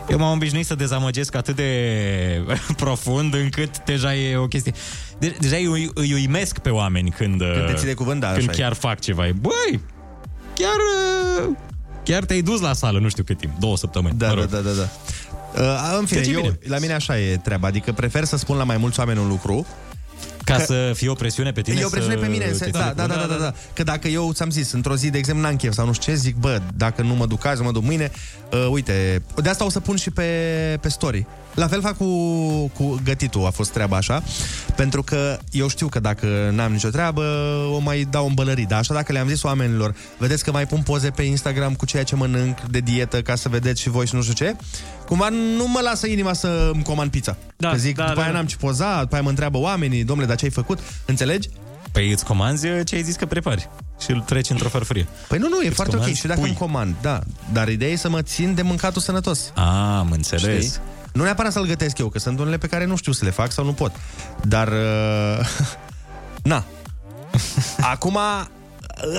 S7: Eu m-am obișnuit să dezamăgesc atât de profund încât deja e o chestie... De- deja îi, îi uimesc pe oameni când...
S6: Când te ții de cuvânt, da,
S7: Când
S6: așa e.
S7: chiar fac ceva. E, Băi, chiar... uh, Chiar te-ai dus la sală, nu știu cât timp, două săptămâni. Da, mă rog.
S6: da, da, da. Uh, în fine,
S7: Deci e
S6: eu,
S7: bine.
S6: la mine așa e treaba, adică prefer să spun la mai mulți oameni un lucru
S7: Ca să fie o presiune pe tine
S6: E o presiune
S7: să
S6: pe mine, în
S7: te
S6: sens,
S7: ții
S6: da,
S7: de
S6: da, da,
S7: cuvânt.
S6: da, da, da. Că dacă eu ți-am zis, într-o zi, de exemplu, n-am chef sau nu știu ce, zic, bă, dacă nu mă duc azi, mă duc mâine, uh, uite, de asta o să pun și pe, pe story. La fel fac cu, cu gătitul, a fost treaba așa, pentru că eu știu că dacă n-am nicio treabă, o mai dau în bălării, dar așa dacă le-am zis oamenilor, vedeți că mai pun poze pe Instagram cu ceea ce mănânc de dietă ca să vedeți și voi și nu știu ce, cumva nu mă lasă inima să îmi comand pizza. Da, că zic, da, după da, aia n-am ce poza, după aia mă întreabă oamenii, domnule, dar ce ai făcut? Înțelegi?
S7: Păi îți comanzi ce ai zis că prepari și îl treci într-o farfurie.
S6: Păi nu, nu, e
S7: Îți
S6: foarte ok
S7: comanzi
S6: și dacă
S7: pui.
S6: îmi comand, da. Dar ideea e să mă țin de mâncatul sănătos.
S7: A, am înțeles.
S6: Știi? Nu neapărat să-l gătesc eu, că sunt unele pe care nu știu să le fac sau nu pot. Dar, uh, na. Acum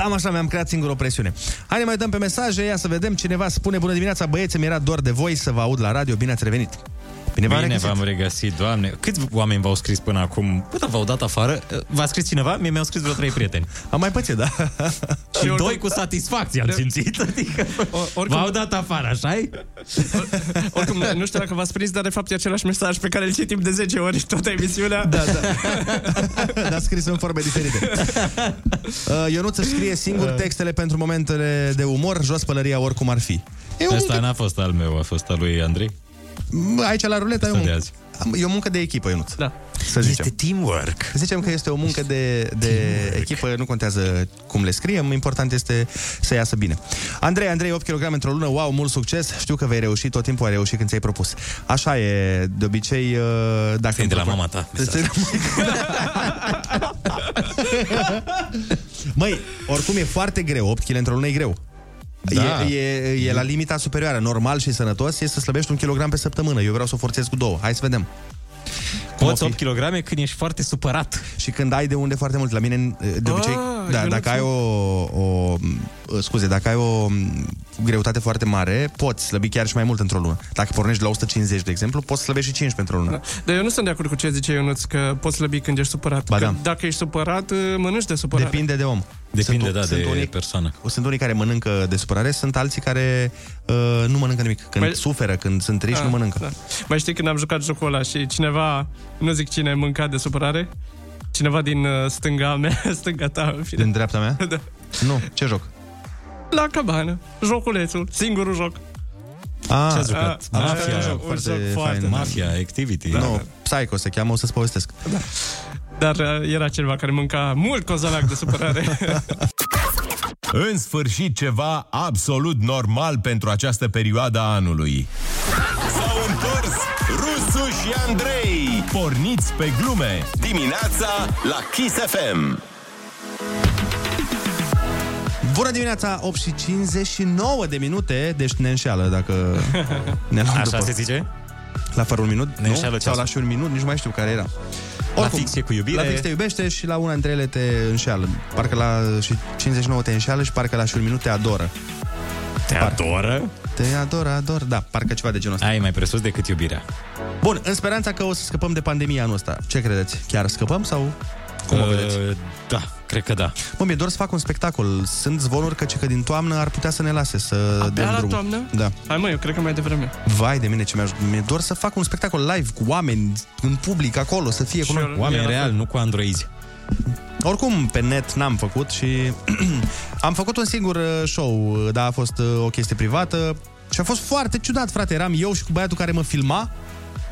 S6: am așa, mi-am creat singur o presiune. Hai ne mai dăm pe mesaje, ia să vedem. Cineva spune, bună dimineața, băieți, mi-era doar de voi să vă aud la radio, bine ați revenit. Bine v-am
S7: Bine
S6: regăsit.
S7: v-am regăsit, doamne. Câți oameni v-au scris până acum? Bă, da, v-au dat afară? V-a scris cineva? Mie mi-au scris vreo trei prieteni.
S6: Am mai pățit, da.
S7: Și doi cu satisfacție am
S8: De-
S7: simțit. Adică
S8: oricum-
S7: v-au dat afară, așa e?
S8: Oricum, nu știu dacă v-ați prins, dar de fapt e același mesaj pe care îl citim de 10 ori toată emisiunea. Da, da.
S6: Dar scris în forme diferite. Uh, Ionuț își scrie singur textele pentru momentele de umor, jos pălăria oricum ar fi. E o
S7: Asta n-a fost al meu, a fost al lui Andrei.
S6: M- Aici la ruleta e o
S7: Asta de
S6: muncă.
S7: azi.
S6: Am- E o muncă de echipă, Ionuț.
S8: Da.
S6: Să zicem.
S7: Este teamwork.
S6: Zicem că este o muncă de, de echipă, nu contează cum le scriem, important este să iasă bine. Andrei, Andrei, 8 kg într-o lună, wow, mult succes, știu că vei reuși, tot timpul ai reușit când ți-ai propus. Așa e, de obicei, uh, dacă... Ți-ai de la mama
S7: ta.
S6: Măi, oricum e foarte greu, 8 kg într-o lună e greu.
S7: Da.
S6: E, e, e la limita superioară, normal și sănătos, e să slăbești un kilogram pe săptămână. Eu vreau să o forțez cu două. Hai să vedem.
S7: Poți 8 kg când ești foarte supărat.
S6: Și când ai de unde foarte mult. La mine, de obicei,
S7: Ah,
S6: da,
S7: eu
S6: dacă
S7: n-am
S6: ai o, o... Scuze, dacă ai o greutate foarte mare, poți slăbi chiar și mai mult într-o lună. Dacă pornești de la 150, de exemplu, poți slăbești și 15 într-o lună.
S8: Dar eu nu sunt de acord cu ce zice Ionuț, că poți slăbi când ești supărat.
S6: Ba
S8: că
S6: da.
S8: Dacă ești supărat, mănânci de supărat.
S6: Depinde de om.
S7: Depinde,
S6: Sunt-
S7: da,
S6: sunt
S7: de
S6: unii-
S7: persoană.
S6: Sunt unii care mănâncă de supărare, sunt alții care uh, nu mănâncă nimic. Când
S8: Mai-
S6: suferă, când sunt triști,
S8: Ah,
S6: nu mănâncă.
S8: Da. Mai știi când am jucat jocul ăla și cineva, nu zic cine, mânca de supărare? Cineva din uh, stânga mea, stânga ta, în fine.
S6: Din dreapta mea?
S8: Da.
S6: Nu, ce joc?
S8: La cabană, joculețul, singurul joc.
S6: Ah,
S8: Ce-ați jucat?
S6: Am
S8: Mafia.
S6: jucat un joc
S8: Un
S6: foarte
S8: joc
S6: fain,
S8: foarte
S6: da.
S7: Mafia, Activity.
S6: Da, no, Psycho se cheamă, o să-ți povestesc. Da.
S8: Dar uh, era cineva care mânca mult cozalac de supărare.
S5: În sfârșit ceva absolut normal pentru această perioadă a anului. S-au întors Rusu și Andrei. Porniți pe glume dimineața la Kiss FM.
S6: Bună dimineața, 8 și 59 de minute, deci ne înșeală dacă ne luăm
S7: Așa
S6: după.
S7: se zice?
S6: La fără un minut?
S7: Ne
S6: nu?
S7: înșeală
S6: Sau la
S7: ceasul.
S6: și un minut, nici nu mai știu care era. Oricum,
S7: fix e cu iubire.
S6: La fix te iubește și la una dintre ele te înșeală. Parcă la și 59 te înșeală și parcă la și un minut te adoră.
S7: Te adoră?
S6: Te adoră, ador, da, parcă ceva de genul ăsta.
S7: Ai mai presus decât iubirea.
S6: Bun, în speranța că o să scăpăm de pandemia anul ăsta. Ce credeți? Chiar scăpăm sau cum o
S7: Uh,
S6: vedeți?
S7: Da, cred că da.
S6: Bă, mi-e dor să fac un spectacol. Sunt zvonuri că, că din toamnă ar putea să ne lase să
S8: Abia
S6: dăm
S8: la
S6: drumul.
S8: toamnă?
S6: Da.
S8: Hai mă, eu cred că mai devreme.
S6: Vai de mine ce mi-aș... Mi-e dor să fac un spectacol live cu oameni în public acolo, să fie cu noi.
S7: Oameni real, nu cu androizi.
S6: Oricum, pe net n-am făcut și am făcut un singur uh, show, dar a fost uh, o chestie privată și a fost foarte ciudat, frate. Eram eu și cu băiatul care mă filma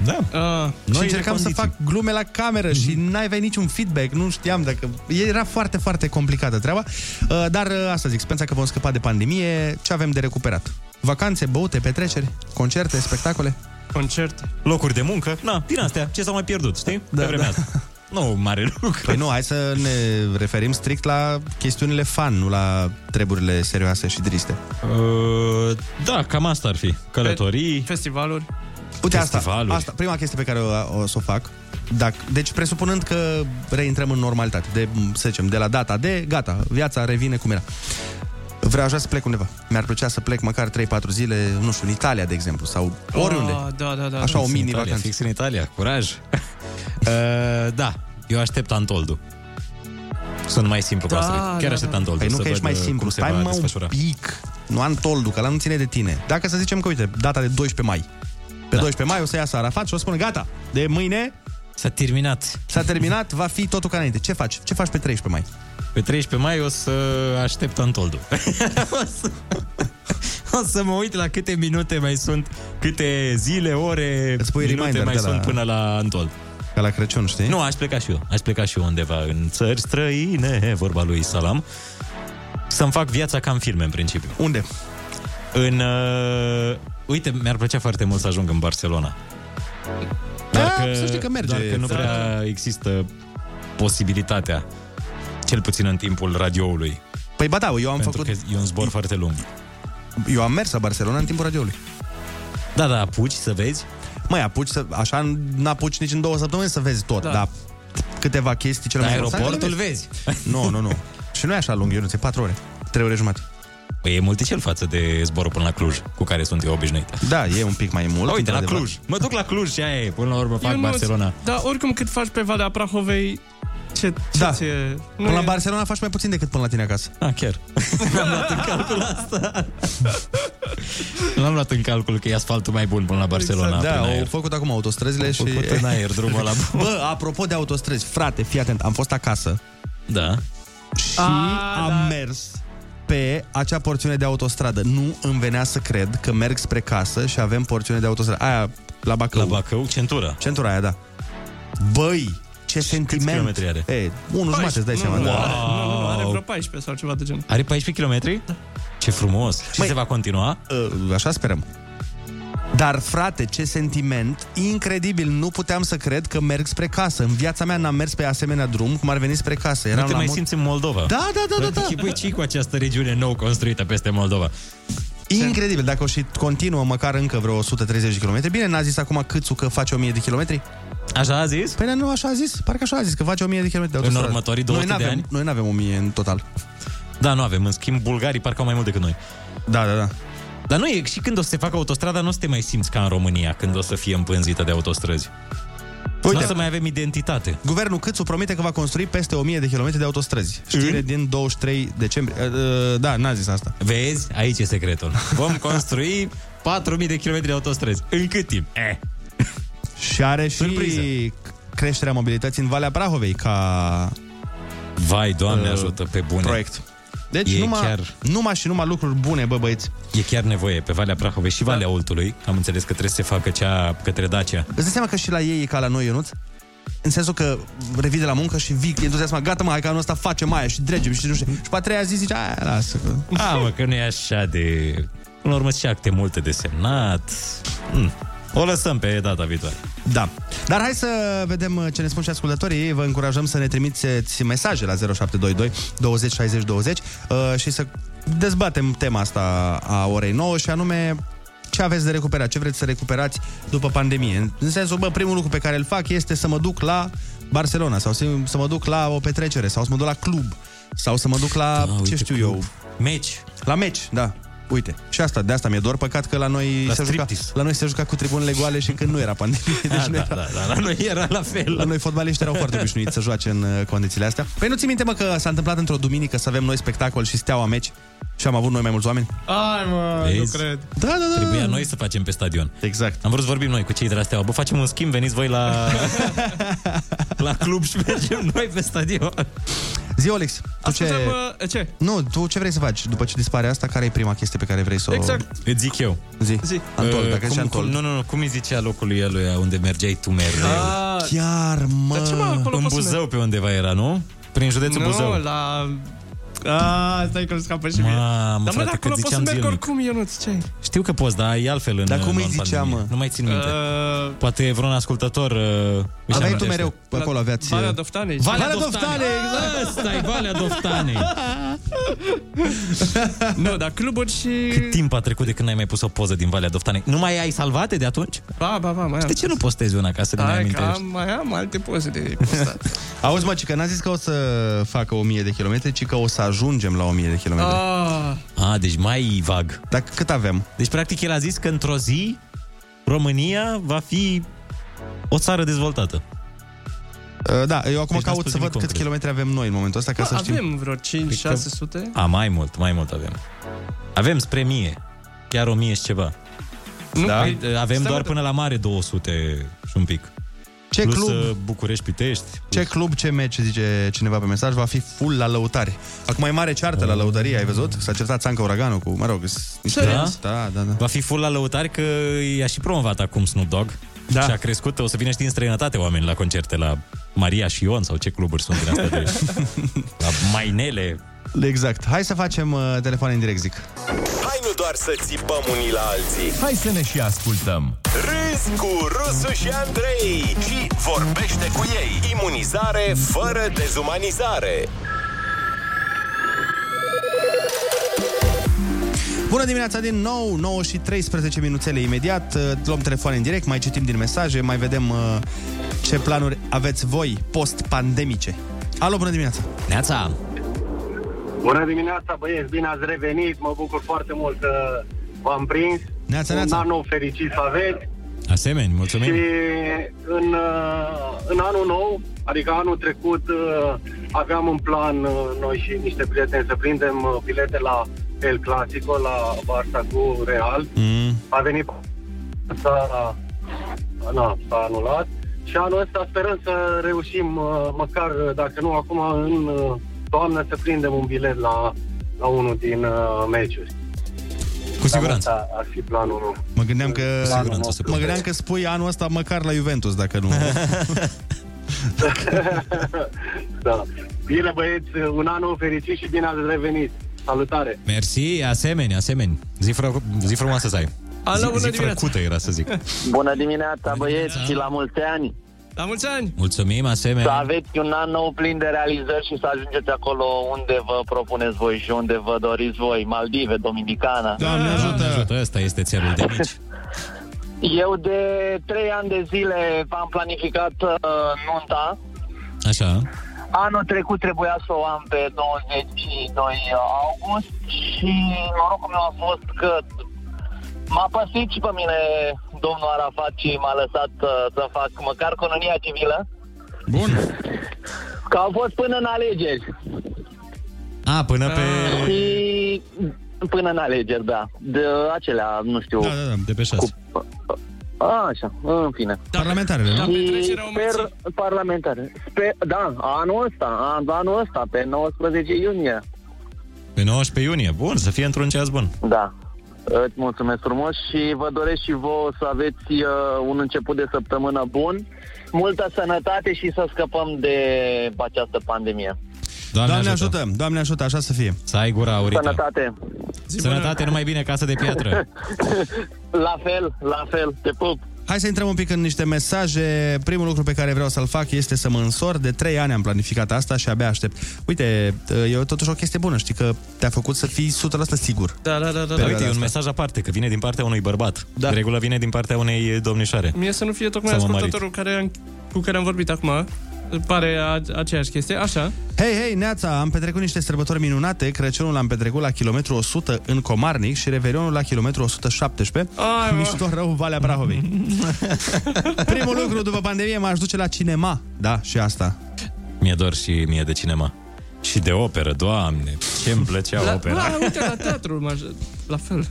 S7: Da. Mhm.
S8: Uh,
S6: și încercam să fac glume la cameră și n-aveai niciun feedback, nu știam dacă... Era foarte, foarte complicată treaba, Uh, dar uh, asta zic, speranța că vom scăpa de pandemie, ce avem de recuperat? Vacanțe, băute, petreceri, concerte, spectacole?
S8: Concert.
S7: Locuri de muncă. Na, din astea, ce s-au mai pierdut, știi? Da, Pe vremea da. asta. Nu, mare lucru.
S6: Păi nu, hai să ne referim strict la chestiunile fan, nu la treburile serioase și triste.
S7: Uh, da, cam asta ar fi. Călătorii.
S8: Festivaluri.
S6: Uite asta, asta, prima chestie pe care o, o să o fac. Dacă, deci presupunând că reintrăm în normalitate, de, să zicem, de la data de, gata, viața revine cum era. Vreau așa să plec undeva. Mi-ar plăcea să plec măcar 3-4 zile, nu știu, în Italia, de exemplu, sau oriunde.
S7: Ah,
S8: da, da, da.
S6: Așa, o
S7: Fix în
S6: mini
S7: Italia,
S6: vacanță.
S7: Fix în Italia, curaj. uh, da, eu aștept Antoldu. Sunt mai simplu da,
S6: Da,
S7: cu asta. Chiar
S6: da,
S7: aștept
S6: da.
S7: Antoldu.
S6: Păi nu
S7: să
S6: că ești
S7: văd,
S6: mai
S7: uh,
S6: simplu,
S7: cum se
S6: stai
S7: va
S6: mă
S7: desfășura.
S6: un pic. Nu am toldu, că la nu ține de tine. Dacă să zicem că, uite, data de 12 mai. Pe da. 12 mai o să iasă Arafat și o să spună, gata, de mâine...
S7: S-a terminat.
S6: S-a terminat, va fi totul ca înainte. Ce faci? Ce faci pe 13 mai?
S7: Pe 13 mai o să aștept Antoldu. o, să, o să mă uit la câte minute mai sunt, câte zile, ore,
S6: Îți pui
S7: minute
S6: reminder
S7: mai
S6: de la-
S7: sunt până la Antol.
S6: Ca la Crăciun, știi?
S7: Nu, aș pleca și eu. Aș pleca și eu undeva în țări străine, vorba lui Salam. Să-mi fac viața ca în filme, în principiu.
S6: Unde?
S7: În... Uh, uite, mi-ar plăcea foarte mult să ajung în Barcelona. Doar
S6: Da, să știi că merge.
S7: Doar că nu
S6: Da.
S7: prea există posibilitatea, cel puțin în timpul radioului.
S6: Păi ba da, eu am
S7: Pentru făcut... că e un zbor foarte lung.
S6: Eu am mers la Barcelona în timpul radioului.
S7: Da, da, apuci să vezi?
S6: Măi, apuci să... Așa n-apuci nici în două săptămâni să vezi tot, da. dar câteva chestii cele
S7: La
S6: mai
S7: aeroportul
S6: importante le
S7: vezi.
S6: Nu, nu, nu. Și nu e așa lung, eu nu e 4 ore.
S7: Exact.
S6: 3 ore jumate.
S7: Păi e multicel față de zborul până la Cluj, cu care sunt eu obișnuit.
S6: Da, e un pic mai mult.
S7: Uite, la
S6: într-adevăr.
S7: Cluj. Mă duc la Cluj și aia e. Până la urmă fac
S8: Ionuț,
S7: Barcelona.
S8: Dar da, oricum cât faci pe Valea Prahovei, ce, ce da. ție...
S6: Până la Barcelona faci mai puțin decât până la tine acasă.
S7: Ah, chiar. Am luat în calcul asta. L-am luat în calcul că e asfaltul mai bun până la Barcelona.
S6: Exact,
S7: prin
S6: da,
S7: aer.
S6: au făcut acum autostrăzile și...
S7: făcut în aer drumul ăla.
S6: Bă, apropo de autostrăzi, frate, fii atent, am fost acasă.
S7: Da.
S6: Și am mers pe acea porțiune de autostradă. Nu îmi venea să cred că merg spre casă și avem porțiune de autostradă. Aia, la Bacău. La
S7: Bacău, centura.
S6: Centura aia, da. Băi, ce sentiment.
S7: kilometri are?
S6: E, unul jumate, îți dai seama.
S8: Nu, nu,
S6: da.
S8: are, nu, nu, nu, are vreo 14 sau ceva de genul.
S7: Are 14 km? Ce frumos. Și se va continua?
S6: ă, Așa sperăm. Dar, frate, ce sentiment incredibil! Nu puteam să cred că merg spre casă. În viața mea n-am mers pe asemenea drum cum ar veni spre casă. Eram
S7: nu te
S6: la
S7: mai
S6: mod-
S7: simți în Moldova.
S6: Da, da, da, da, da.
S7: Practic, Băi, ce cu această regiune nou construită peste Moldova?
S6: Incredibil, dacă o și continuă măcar încă vreo 130 de kilometri. Bine, n-a zis acum Câțu că face 1000 de kilometri?
S7: Așa a zis?
S6: Păi nu, așa a zis. Parcă așa a zis, că face 1000 de kilometri de
S7: În
S6: autostradă.
S7: următorii
S6: Noi
S7: 200 de
S6: n-avem-
S7: ani?
S6: Noi nu avem 1000 în total.
S7: Da, nu avem. În schimb, bulgarii parcă au mai mult decât noi.
S6: Da, da, da.
S7: Dar nu e, și când o să se facă autostrada, nu o să te mai simți ca în România, când o să fie împânzită de autostrăzi. Uite,
S6: Uite.
S7: nu o să mai avem identitate.
S6: Guvernul Câțu promite că va construi peste 1000 de kilometri de autostrăzi. Știre din 23 decembrie. Eh, eh, Da, n-a zis asta.
S7: Vezi? Aici e secretul. Vom construi 4.000 de kilometri de autostrăzi. În cât timp? Eh.
S6: Și are și creșterea mobilității în Valea Prahovei ca
S7: Vai, Doamne
S6: Uh,
S7: ajută, pe bune.
S6: proiect. Deci
S7: E
S6: numai,
S7: chiar-
S6: numai și numai lucruri bune, bă băieți. Da.
S7: E chiar nevoie pe Valea Prahovei și Valea Oltului. Am înțeles că trebuie să se facă cea către Dacia.
S6: Îți dai seama că și la ei e ca la noi, Ionuț? În sensul că revii de la muncă și vii entuziasmat, gata mă, hai că anul ăsta facem aia și dregem și nu știu. Și pe a treia zi zici, aia, lasă. că-"
S7: A, mă, că nu e așa de... Până la urmă, și acte multe de semnat. Mm. O lăsăm pe data viitoare.
S6: Da. Dar hai să vedem uh, ce ne spun și ascultătorii. Vă încurajăm să ne trimiteți mesaje la 0722 20 60 20 uh, și să dezbatem tema asta a orei 9 și anume ce aveți de recuperat, ce vreți să recuperați după pandemie. În- În sensul, bă, primul lucru pe care îl fac este să mă duc la Barcelona sau să să mă duc la o petrecere sau să mă duc la club sau să mă duc la, da, ce știu eu...
S7: Meci.
S6: La meci, da. Uite, și asta, de asta mi-e dor, păcat că la noi,
S7: La
S6: se juca,
S7: striptease.
S6: la noi se juca cu tribunele goale și când nu era pandemie. Deci
S7: Ah,
S6: nu
S7: da,
S6: era...
S7: da, da, la noi era la fel.
S6: La noi fotbaliști erau foarte obișnuiți să joace în uh, condițiile astea. Păi nu ți minte, mă, că s-a întâmplat într-o duminică să avem noi spectacol și steaua meci și am avut noi mai mulți oameni?
S8: Ai, mă,
S7: Vezi?
S8: nu cred.
S6: Da, da, da.
S7: Trebuia noi să facem pe stadion.
S6: Exact.
S7: Am vrut să vorbim noi cu cei de la Steaua. Bă, facem un schimb, veniți voi la, la club și mergem noi pe stadion.
S6: Zi, Olix, tu ce...
S8: Ascultăm, uh, ce?
S6: Nu, tu ce vrei să faci după ce dispare asta? Care e prima chestie pe care vrei să o...
S8: Exact.
S7: Îți zic eu.
S6: Zi.
S8: Zi.
S6: Antol,
S7: Uh,
S6: dacă
S7: cum,
S6: ești Antol.
S7: Cum, nu, nu, nu, cum îi zicea locul lui eluia unde mergeai tu mereu?
S8: Ah,
S6: Chiar, mă...
S8: Dar ce, mă, acolo
S7: În
S8: poți să
S7: Buzău pe undeva era, nu? Prin județul
S8: nu,
S7: Buzău.
S8: la... A, stai că îmi scapă și mie.
S7: Mamă,
S8: Dar mă, de
S7: frate, că
S8: acolo poți să
S7: ziceam
S8: merg
S7: zilnic.
S8: oricum, Ionuț, ce ai?
S7: Știu că poți, dar e altfel în
S6: Dar cum îi
S7: non-pandemie.
S6: zicea, mă?
S7: Nu mai țin minte.
S8: Uh,
S7: Poate vreun ascultător uh,
S6: Aveai tu
S7: își amintește.
S6: mereu pe acolo, aveați... uh,
S8: Valea Doftanei.
S7: Valea Doftanei, exact. Asta e Valea Doftanei.
S8: nu, dar cluburi și...
S7: Cât timp a trecut de când n-ai mai pus o poză din Valea Doftanei? Nu mai ai salvate de atunci?
S8: Ba, ba, ba, mai am.
S7: De ce nu postezi una ca să ne mai
S8: Hai că
S7: amintești?
S8: am, mai am alte poze de postat.
S6: Auzi, mă, ci că n-a zis că o să facă 1000 de kilometri, ci că o să ajungem la 1000 de kilometri.
S8: Ah,
S7: Ah, A, deci mai vag.
S6: Dar cât avem?
S7: Deci, practic, el a zis că într-o zi România va fi o țară dezvoltată.
S6: Da, eu acum
S7: Deci n-a
S6: caut
S7: spus
S6: să văd cât
S7: nimic concret.
S6: kilometri avem noi în momentul ăsta, ca
S8: Bă,
S6: să știm.
S8: avem vreo 5-600?
S7: Păi A, mai mult, mai mult avem. Avem spre mie. Chiar o mie și ceva.
S8: Nu,
S7: da?
S8: păi,
S7: Avem
S8: stai,
S7: doar
S8: mă,
S7: până la mare 200 și un pic.
S6: Ce
S7: Plus
S6: club?
S7: uh, București-Pitești.
S6: Ce club, ce meci, zice cineva pe mesaj, va fi full la lăutare. Acum mai mare ceartă la lăutarie, ai văzut? S-a certat Țancă Uraganul cu, mă rog, s- niște-
S7: Serios?
S6: da, da, da.
S7: Va fi full la lăutari că i-a și promovat acum Snoop Dogg. Da. Și a crescut, o să vină și din străinătate oameni la concerte, la Maria și Ion sau ce cluburi sunt din astea de... la Mainele.
S6: Exact. Hai să facem uh, telefoane în direct, zic.
S5: Hai nu doar să țipăm unii la alții
S6: Hai să ne și ascultăm.
S5: Râzi cu Rusu și Andrei Și vorbește cu ei Imunizare fără dezumanizare
S6: Bună dimineața din nou, 9 și 13 minuțele imediat. Uh, Luăm telefoane în direct, mai citim din mesaje, mai vedem uh, ce planuri aveți voi post-pandemice. Alo, bună dimineața!
S7: Neața!
S17: Bună dimineața, băieți, bine ați revenit, mă bucur foarte mult că v-am prins.
S7: Neața,
S17: Un
S7: neața.
S17: an nou fericit să aveți
S7: Asemeni,
S17: și
S7: mulțumim.
S17: în, uh, în anul nou, adică anul trecut, uh, aveam în plan uh, noi și niște prieteni să prindem uh, bilete la El Clasico, la Barça cu Real.
S6: Mm.
S17: A venit s-a, na, s-a anulat și anul ăsta sperăm să reușim, uh, măcar uh, dacă nu acum, în uh, toamnă să prindem un bilet la, la unul din uh, meciuri.
S7: Cu siguranță.
S17: Asta ar fi planul meu.
S6: Mă gândeam că
S17: Cu siguranță o să
S6: mă gândeam
S17: puteți.
S6: că spui anul ăsta măcar la Juventus, dacă nu.
S17: da. Bine băieți, un an nou fericit și bine ați revenit. Salutare!
S7: Mersi, asemeni, asemeni. Zi, fr- zi frumoasă să ai.
S17: Alo, bună
S7: zi, zi
S17: dimineața.
S7: frăcută era să zic.
S13: Bună dimineața, băieți, și la mulți ani!
S8: La mulți ani!
S7: Mulțumim, asemeni.
S13: Să aveți un an nou plin de realizări și să ajungeți acolo unde vă propuneți voi și unde vă doriți voi. Maldive, Dominicana.
S8: Da.
S7: Doamne ajută! ajută! Ăsta este țelul de mici.
S13: Da. Eu de trei ani de zile am planificat uh, nunta.
S7: Așa.
S13: Anul trecut trebuia să o am pe 22 august și norocul meu a fost că m-a păsit și pe mine domnul Arafat și m-a lăsat uh, să fac măcar colonia civilă.
S6: Bun.
S13: Că au fost până în alegeri.
S7: A, până pe...
S13: Și până în alegeri, da. De acelea, nu știu.
S7: Da, da, da, de pe șase. Da,
S13: A, așa, în fine.
S6: Parlamentarele, nu?
S13: Și sper parlamentare. Sper, da, anul ăsta, an- anul ăsta, pe 19 iunie.
S7: Pe 19 iunie. Bun, să fie într-un ceas bun.
S13: Da. Îți mulțumesc frumos și vă doresc și vouă să aveți uh, un început de săptămână bun, multă sănătate și să scăpăm de această pandemie.
S7: Doamne,
S6: Doamne ajută. Doamne ajută, așa să fie.
S7: Să ai gura aurită.
S13: Sănătate!
S7: Sănătate, numai bine, casă de piatră.
S13: la fel, la fel, te pup!
S6: Hai să intrăm un pic în niște mesaje. Primul lucru pe care vreau să-l fac este să mă însor. De trei ani am planificat asta și abia aștept. Uite, eu totuși o chestie bună, știi că te-a făcut să fii 100% sigur.
S8: Da, da, da, da.
S7: Dar
S8: da.
S7: Păi uite, e un mesaj aparte, că vine din partea unui bărbat. Da. De regulă vine din partea unei domnișoare.
S8: Mie să nu fie tocmai
S7: S-a mămărit.
S8: ascultătorul care am, cu care am vorbit acum. Pare a, aceeași chestie. Așa.
S6: Hei, hei, Neața, am petrecut niște sărbători minunate. Crăciunul l-am petrecut la kilometru 100 în Comarnic și Revelionul la kilometru 117.
S8: Ai, mă.
S6: Mișto rău, Valea Brahovei. Primul lucru după pandemie m-aș duce la cinema. Da, și asta.
S7: Mi-e dor și mie de cinema. Și de operă, doamne, ce îmi plăcea
S8: la,
S7: opera.
S8: la, uite, la teatru, m-aș- la fel.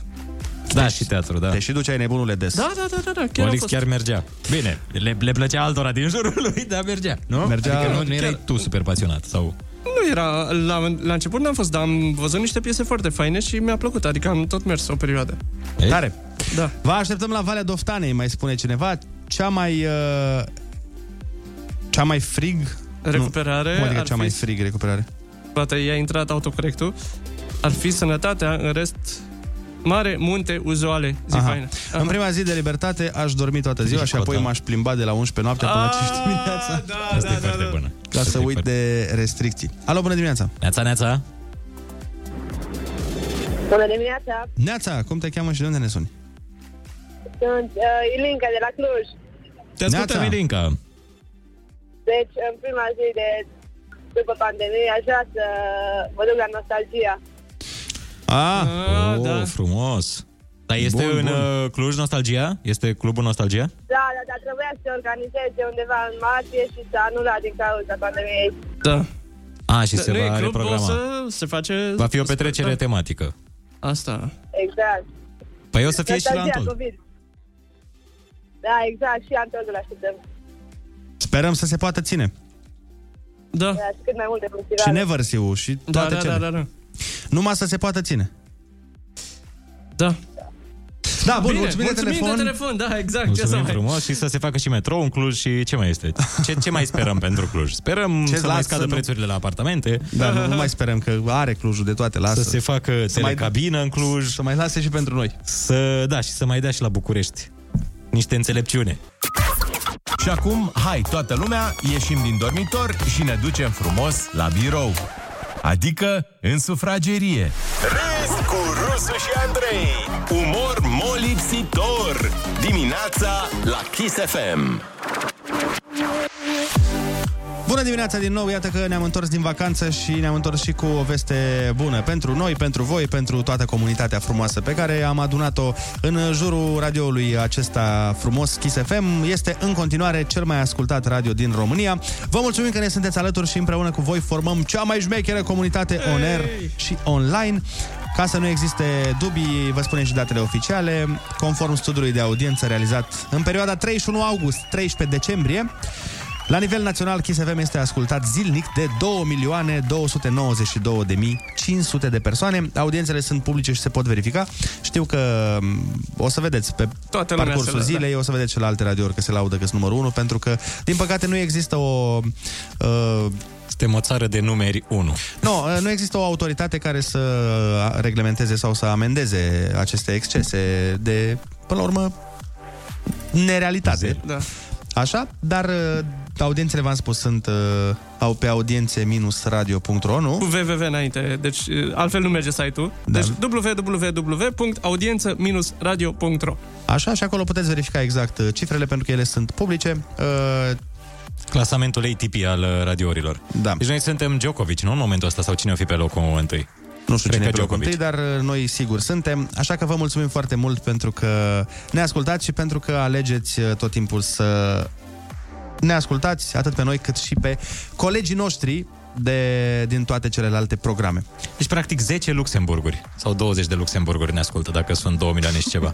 S7: Da, și teatru, da. Te
S6: și duceai nebunule des.
S8: Da, da, da, da, da chiar
S7: Chiar
S8: a
S7: Olix
S8: fost.
S7: chiar mergea. Bine, le, le plăcea altora din jurul lui, dar mergea, nu?
S8: Mergea-
S7: adică nu, nu
S8: Chiar-
S7: erai tu super pasionat sau...
S8: Nu era, la, la început n-am fost, dar am văzut niște piese foarte faine și mi-a plăcut, adică am tot mers o perioadă.
S7: Ei?
S6: Tare.
S8: Da.
S6: Vă așteptăm la Valea Doftanei, mai spune cineva. Cea mai... Uh, cea mai frig...
S8: Recuperare
S6: Nu, cum adică
S8: ar
S6: cea
S8: fi-
S6: mai frig recuperare?
S8: Poate i-a intrat autocorectul. Ar fi sănătatea, în rest, mare, munte, uzuale, zi
S6: Aha.
S8: faină.
S6: În prima zi de libertate aș dormi toată ziua și apoi m-aș plimba de la 11 noaptea până la 5
S18: Ah,
S6: dimineața.
S8: Da, da, da, da.
S6: Ca să uit de restricții. Alo, bună dimineața!
S7: Neața, neața!
S18: Bună dimineața!
S6: Neața, cum te cheamă și de unde ne suni?
S18: Sunt uh, Ilinca de la Cluj.
S8: da.
S7: Te ascultă, Milinca.
S18: Deci, în prima zi de după pandemie, aș vrea să mă duc la nostalgia.
S7: Ah, oh, da. frumos. Dar este bun,
S8: Bun,
S7: în
S8: bun.
S7: bun. Cluj Nostalgia? Este clubul Nostalgia?
S18: Da, da, da, trebuia să se organizeze undeva în martie și să anula din cauza pandemiei.
S7: Da. A, și
S8: Da,
S7: se
S8: nu e
S7: va
S8: club, o
S7: reprograma.
S8: să se face...
S7: Va fi o petrecere
S8: Da.
S7: tematică. Asta.
S18: Exact.
S7: Păi o să fie și la
S18: Nostalgia
S7: Antol.
S18: COVID. Da, exact, și Antol îl așteptăm.
S6: Sperăm să se poată ține.
S8: Da.
S18: da și cât mai multe
S6: Și
S18: festivale.
S6: Neversiu și
S8: Da,
S6: toate
S8: da,
S6: cele.
S8: da, da, da.
S6: Numai să se poată ține.
S8: Da.
S6: Da, bun,
S8: Bine,
S6: mulțumim,
S8: mulțumim
S6: de telefon.
S8: de telefon, da, exact. ce să
S7: Mulțumim
S8: mai...
S7: frumos și să se facă și metrou în Cluj și ce mai este? Ce, ce mai sperăm pentru Cluj? Sperăm
S6: Ce
S7: să mai
S6: lasă,
S7: scadă
S6: nu?
S7: prețurile la apartamente.
S6: Da, nu, nu mai sperăm că are Clujul de toate, lasă.
S7: Să se facă
S6: Să mai-
S7: telecabină în Cluj. Să
S6: mai lase și pentru noi.
S7: Să, da, și să mai dea și la București niște înțelepciune.
S5: Și acum, hai, toată lumea, ieșim din dormitor și ne ducem frumos la birou. Adică în sufragerie. Râs cu Rusu și Andrei. Umor molipsitor. Dimineața la Kiss FM.
S6: Bună dimineața din nou, iată că ne-am întors din vacanță și ne-am întors și cu o veste bună pentru noi, pentru voi, pentru toată comunitatea frumoasă pe care am adunat-o în jurul radioului acesta frumos, Kiss FM. Este în continuare cel mai ascultat radio din România. Vă mulțumim că ne sunteți alături și împreună cu voi formăm cea mai șmecheră comunitate on air și online. Ca să nu existe dubii, vă spunem și datele oficiale. Conform studiului de audiență realizat în perioada 31 august-13 decembrie, la nivel național, Kiss FM este ascultat zilnic de 2.292.500 de persoane. Audiențele sunt publice și se pot verifica. Știu că m, o să vedeți pe
S8: Toată lumea da. se
S6: parcursul
S8: laudă.
S6: zilei, o să vedeți și la alte radiouri că se laudă că sunt numărul 1, pentru că, din păcate, nu există o... Uh,
S7: Suntem o țară de numeri 1.
S6: nu, nu există o autoritate care să reglementeze sau să amendeze aceste excese de, până la urmă, nerealitate.
S8: Da.
S6: Așa, dar uh, audiențele, v-am spus, sunt uh, au pe audiențe-radio.ro,
S8: Cu
S6: nu?
S8: www înainte, deci uh, altfel nu merge site-ul.
S6: Da.
S8: Deci www.audiență-radio.ro
S6: Așa, și acolo puteți verifica exact uh, cifrele, pentru că ele sunt publice. Uh,
S7: Clasamentul ATP al uh, radiourilor.
S6: Da.
S7: Deci noi suntem Djokovic, nu în momentul ăsta, sau cine o fi pe locul întâi?
S6: Nu știu
S7: Cred
S6: cine e
S7: că
S6: pe locul
S7: Djokovic.
S6: întâi, dar uh, noi sigur suntem. Așa că vă mulțumim foarte mult pentru că ne ascultați și pentru că alegeți uh, tot timpul să ne ascultați atât pe noi cât și pe colegii noștri de, din toate celelalte programe.
S7: Deci, practic, 10 Luxemburguri sau 20 de Luxemburguri ne ascultă, dacă sunt 2 milioane și ceva.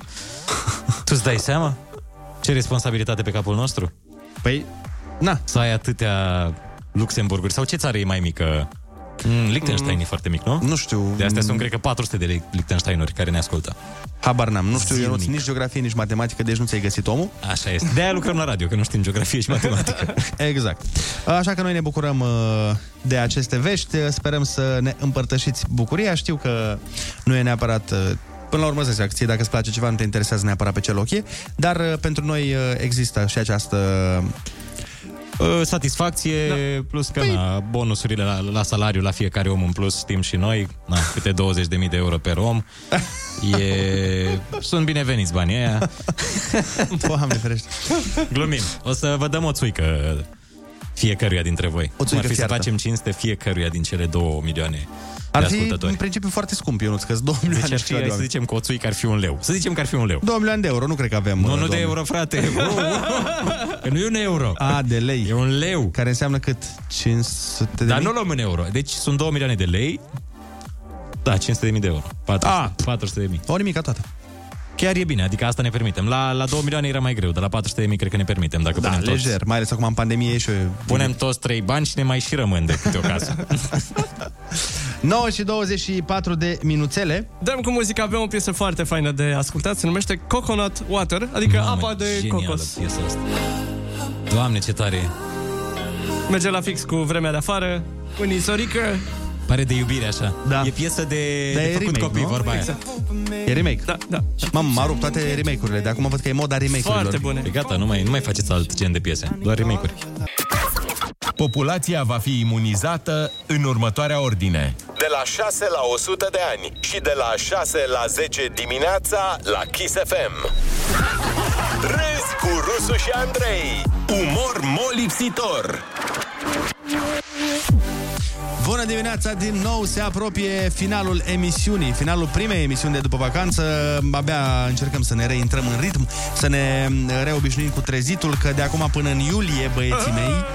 S7: tu îți dai seama? Ce responsabilitate pe capul nostru?
S6: Păi, na.
S7: Să ai atâtea Luxemburguri. Sau ce țară e mai mică? Mm, Liechtenstein
S6: Mm.
S7: e foarte mic, nu?
S6: Nu știu.
S7: De astea sunt, cred că, 400 de Lie- Liechtensteinuri care ne ascultă.
S6: Habar n-am. Nu știu, eu
S7: Zilnic.
S6: nici geografie, nici matematică, deci nu ți-ai găsit omul.
S7: Așa este. De-aia lucrăm la radio, că nu știm geografie și matematică.
S6: Exact. Așa că noi ne bucurăm uh, de aceste vești, sperăm să ne împărtășiți bucuria. Știu că nu e neapărat uh, Până la urmă, să acție, dacă îți place ceva, nu te interesează neapărat pe ce loc e, dar uh, pentru noi uh, există și această...
S7: Uh, Satisfacție, da. plus că
S6: Păi-
S7: na, bonusurile la, la salariu la fiecare om în plus, știm și noi, na, câte 20.000 de euro per om. E... Sunt bineveniți banii aia.
S6: Doamne ferește.
S7: Glumim. O să vă dăm o țuică fiecăruia dintre voi.
S6: O țuică
S7: Cum ar fi
S6: fiartă.
S7: să facem cinste fiecăruia din cele două milioane
S6: Ar
S7: de
S6: fi,
S7: ascultători.
S6: în principiu, foarte scump, eu nu că două milioane
S7: Deci ar
S6: și
S7: fi,
S6: ceva de
S7: hai să
S6: oameni.
S7: zicem că o țuică ar fi un leu. Să zicem că ar fi un leu.
S6: 2 milioane de euro, nu cred că avem. uh,
S7: Nu, nu de euro, frate. Wow, wow. Că nu e un euro.
S6: A, de lei. E
S7: un leu.
S6: Care înseamnă cât? 500 de
S7: Dar
S6: mii?
S7: nu luăm în euro. Deci sunt 2 milioane de lei. Da, 500.000 de euro. 400, 400 de mii.
S6: Ah. O nimica toată.
S7: Chiar e bine, adică asta ne permitem. La, la 2 milioane era mai greu, dar la 400 de mii cred că ne permitem. Dacă
S6: Da,
S7: punem
S6: lejer,
S7: Toți,
S6: mai ales acum în pandemie e și...
S7: punem toți 3 bani și ne mai și rămân de câte o casă.
S6: 9 și 24 de minuțele.
S8: Dăm cu muzica, avem o piesă foarte faină de ascultat, se numește Coconut Water, adică
S7: Mamă,
S8: apa de
S7: genială
S8: cocos.
S7: piesa asta. Doamne, ce tare e.
S8: Merge la fix cu vremea de afară, cu nisorică.
S7: Pare de iubire așa. Da. E piesă de,
S6: Dar
S7: de
S6: e
S7: făcut
S6: remake,
S7: copii,
S6: nu?
S7: vorba aia.
S6: Exact. E remake.
S8: Da, da.
S6: Mamă, m-a rupt toate remake-urile. De acum văd că e moda remake-urilor.
S7: E gata, nu mai, nu mai faceți alt gen de piese, doar remake-uri.
S5: Populația va fi imunizată în următoarea ordine. De la 6 la 100 de ani și de la 6 la 10 dimineața la Kiss FM. Râs cu Rusu și Andrei. Umor molipsitor.
S6: Bună dimineața! Din nou se apropie finalul emisiunii, finalul primei emisiuni de după vacanță. Abia încercăm să ne reintrăm în ritm, să ne reobișnuim cu trezitul, că de acum până în iulie, băieții mei,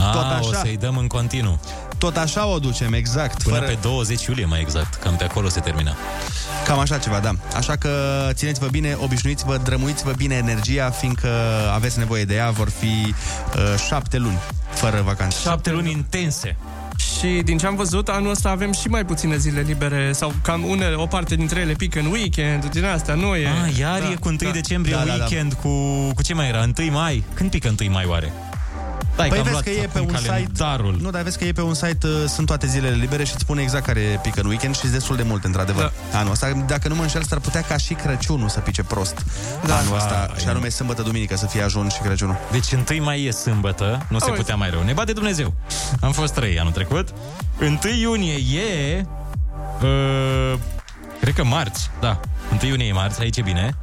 S7: A,
S6: tot
S7: Ah, o
S6: așa,
S7: să-i dăm în continuu.
S6: tot așa o ducem, exact.
S7: Până pe 20 iulie, mai exact. Cam pe acolo se termina.
S6: Cam așa ceva, da. Așa că țineți-vă bine, obișnuiți-vă, drămuiți-vă bine energia, fiindcă aveți nevoie de ea, vor fi uh, șapte luni fără vacanță.
S7: Șapte luni intense.
S8: Și din ce am văzut, anul ăsta avem și mai puține zile libere sau cam unele, o parte dintre ele pică în weekend, din astea, nu e.
S7: Ah, iar da, e cu 1 da, decembrie, da, weekend da, da. cu... Cu ce mai era? 1 mai? Când pică 1 mai oare? Stai,
S6: păi
S7: că am
S6: vezi
S7: luat Da.
S6: că e pe
S7: acum
S6: un
S7: calendarul.
S6: site, nu, dar vezi că e pe un site uh, sunt toate zilele libere și îți spune exact care pică în weekend și sunt destul de mult într-adevăr. Da. Anul ăsta, dacă nu mă înșel, s-ar putea ca și Crăciunul să pice prost. Da. Anul ăsta, și anume sâmbătă duminică să fie ajuns și Crăciunul.
S7: Deci 1 mai e sâmbătă, nu se
S6: Auzi.
S7: putea mai rău. Ne bate Dumnezeu. Am fost trei anul trecut. 1 iunie e... Uh, cred că marți, da. 1 iunie e marți, aici e bine.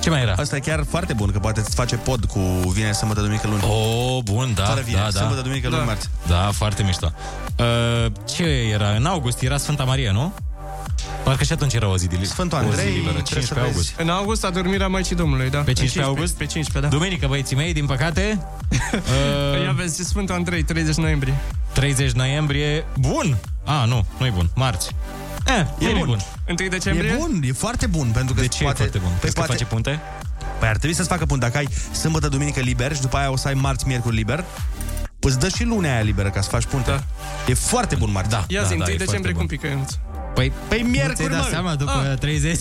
S7: Ce mai era?
S6: Asta e chiar foarte bun, că poate îți face pod cu vineri, sâmbătă, duminică, luni.
S7: Oh, bun, da,
S6: Fără vineri,
S7: da, da.
S6: sâmbătă, duminică, luni,
S7: da.
S6: marți.
S7: Da, foarte mișto. Uh, ce era? În august era Sfânta Maria, nu? Parcă și atunci era o zi de liberă.
S6: Sfântul
S7: o zi
S6: Andrei,
S7: liberă,
S6: trebuie să
S7: 15
S6: vezi.
S7: august.
S8: În august, adormirea Maicii Domnului, da.
S7: Pe 15 august?
S8: Pe 15, da.
S7: Duminică, băieții mei, din păcate.
S8: Ia vezi, Sfântul Păi Andrei, 30 noiembrie.
S7: 30 noiembrie. Bun! A, nu, nu e bun. Marți. Eh, e bun. bun.
S8: 1 decembrie?
S6: E bun, e foarte bun, pentru că de ce poate... e foarte bun?
S7: Crezi că face punte?
S6: Păi ar trebui să-ți facă punte. Dacă ai sâmbătă, duminică liber și după aia o să ai marți, miercuri liber, îți dă și lunea aia liberă ca să faci punte. Da. E foarte bun marți. Da,
S8: Ia zi, 1 decembrie cum pică, Ionuț?
S7: Păi,
S6: păi miercuri,
S7: Nu ți-ai dat
S6: mă.
S7: seama după
S8: Ah.
S7: 30?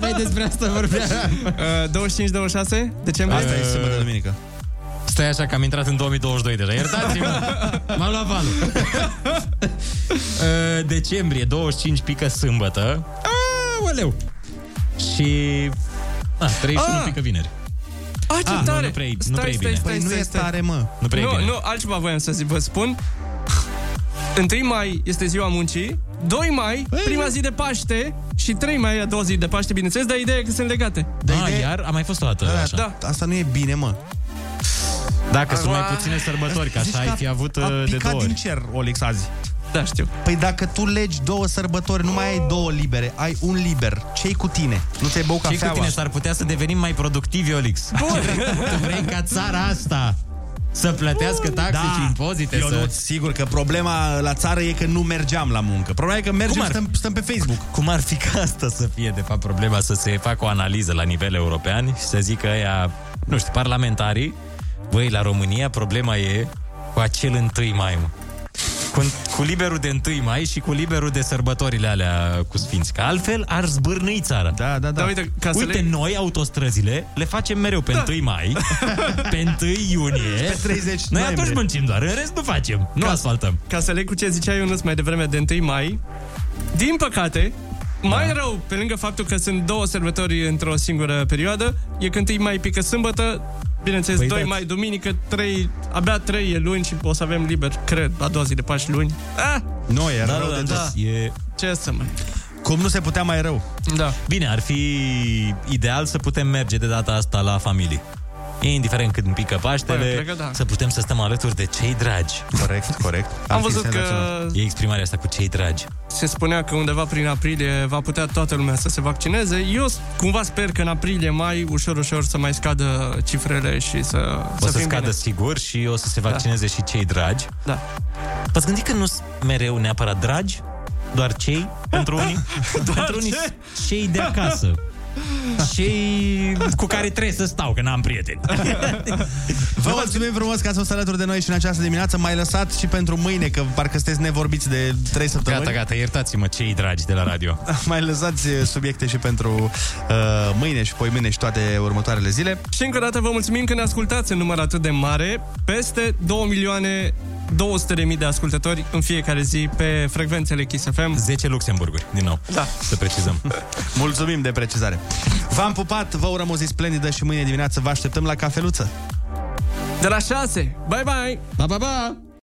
S7: Mai despre asta vorbeam.
S8: Uh, 25-26 decembrie?
S7: Asta e sâmbătă,
S6: duminică.
S7: Eh, Stai așa că am intrat în 2022 deja. Iertați-mă! M-am luat valul. Uh, Decembrie 25 pică sâmbătă.
S6: Ah,
S7: Aoleu! Și... A, 31
S8: Ah!
S7: pică vineri.
S8: A, ce
S7: Ah, nu,
S8: tare!
S7: nu prea e- nu
S8: stai,
S7: prea e
S8: stai, stai,
S7: bine. Păi
S8: stai,
S7: nu e
S8: stai.
S7: tare, mă. Nu prea e
S8: nu,
S7: bine.
S8: Nu, altceva voiam să zi, vă spun. 1 mai este ziua muncii, 2 mai,
S6: Păi,
S8: prima zi de Paște și 3 mai, a doua zi de Paște, bineînțeles, dar ideea e că sunt legate.
S7: Da, iar a mai fost o dată așa.
S6: Da. Asta nu e bine, mă.
S7: Dacă
S6: Acum-
S7: sunt mai puține sărbători, ca
S6: Zici
S7: așa
S6: că
S7: ai fi avut
S6: a
S7: uh, de
S6: picat
S7: două ori.
S6: din cer, Olix, azi.
S8: Da, știu.
S6: Păi dacă tu legi două sărbători, nu mai ai două libere, ai un liber. Ce-i cu tine? Nu te bău
S7: Ce
S6: cafeaua?
S7: cu tine s-ar putea să devenim mai productivi, Olix?
S6: Bun.
S7: Tu vrei ca țara asta să plătească taxe
S6: Da.
S7: și impozite?
S6: Eu
S7: să...
S6: nu, sigur că problema la țară e că nu mergeam la muncă. Problema e că mergem,
S7: Cum ar-
S6: stăm, stăm pe Facebook.
S7: Cum ar fi ca asta să fie, de fapt, problema? Să se facă o analiză la nivel european și să zică ăia, nu știu, parlamentarii, băi, la România problema e cu acel 1 mai, mă. Cu, cu liberul de 1 mai și cu liberul de sărbătorile alea cu sfinți. Că altfel ar zbârnâi țara.
S6: Da, da,
S8: Da, uite, ca să
S7: uite
S8: le-
S7: noi autostrăzile le facem mereu pe da. 1 mai, pe 1 iunie.
S8: Pe 30
S7: Noi
S8: noiembrie.
S7: atunci muncim doar, în rest nu facem, nu
S8: Ca-
S7: asfaltăm.
S8: Ca să leg cu ce zicea Ionuț mai devreme de 1 mai, din păcate, mai da. rău, pe lângă faptul că sunt două sărbători într-o singură perioadă, e când 1 mai pică sâmbătă, bineînțeles,
S7: Păi
S8: păi 2
S7: da.
S8: mai, duminică, 3, abia 3 e luni și o să avem liber, cred, a doua zi de Paști luni. Ah!
S6: Nu, e
S7: Da,
S6: rău
S7: da,
S6: de
S7: da,
S6: tot.
S7: E...
S8: Ce să mai...
S6: Cum nu se putea mai rău?
S8: Da.
S7: Bine, ar fi ideal să putem merge de data asta la familie. Indiferent cât îmi pică
S8: Păi,
S7: Paștele,
S8: cred că da.
S7: să putem să stăm alături de cei dragi.
S6: Corect, corect.
S8: Am fi văzut că- senzațional.
S7: E exprimarea asta cu cei dragi.
S8: Se spunea că undeva prin aprilie va putea toată lumea să se vaccineze. Eu s- cumva sper că în aprilie, mai, ușor, ușor să mai scadă cifrele și să
S7: O să Da.
S8: fim
S7: scadă
S8: bine.
S7: sigur și o să se vaccineze și cei dragi.
S8: Da.
S7: V-ați gândit că nu sunt mereu neapărat dragi? Doar cei? Pentru unii? doar pentru unii sunt cei de acasă. Cei cu care trebuie să stau, că n-am prieteni.
S6: Vă mulțumim frumos că ați fost alături de noi și în această dimineață. Mai lăsat și pentru mâine, că parcă sunteți nevorbiți de 3 săptămâni.
S7: Gata, gata, iertați-mă cei dragi de la radio.
S6: Mai lăsați eh, subiecte și pentru uh, mâine și poi mâine și toate următoarele zile.
S8: Și încă o dată vă mulțumim că ne ascultați în număr atât de mare, peste 2 milioane 200 de mii de ascultători în fiecare zi pe frecvențele Kiss FM.
S7: 10 Luxemburguri, din nou.
S8: Da.
S7: Să precizăm.
S6: Mulțumim de precizare. V-am pupat, vă urăm o zi splendidă și mâine dimineață vă așteptăm la cafeluță.
S8: De la 6. Bye bye!
S7: Pa, pa, pa!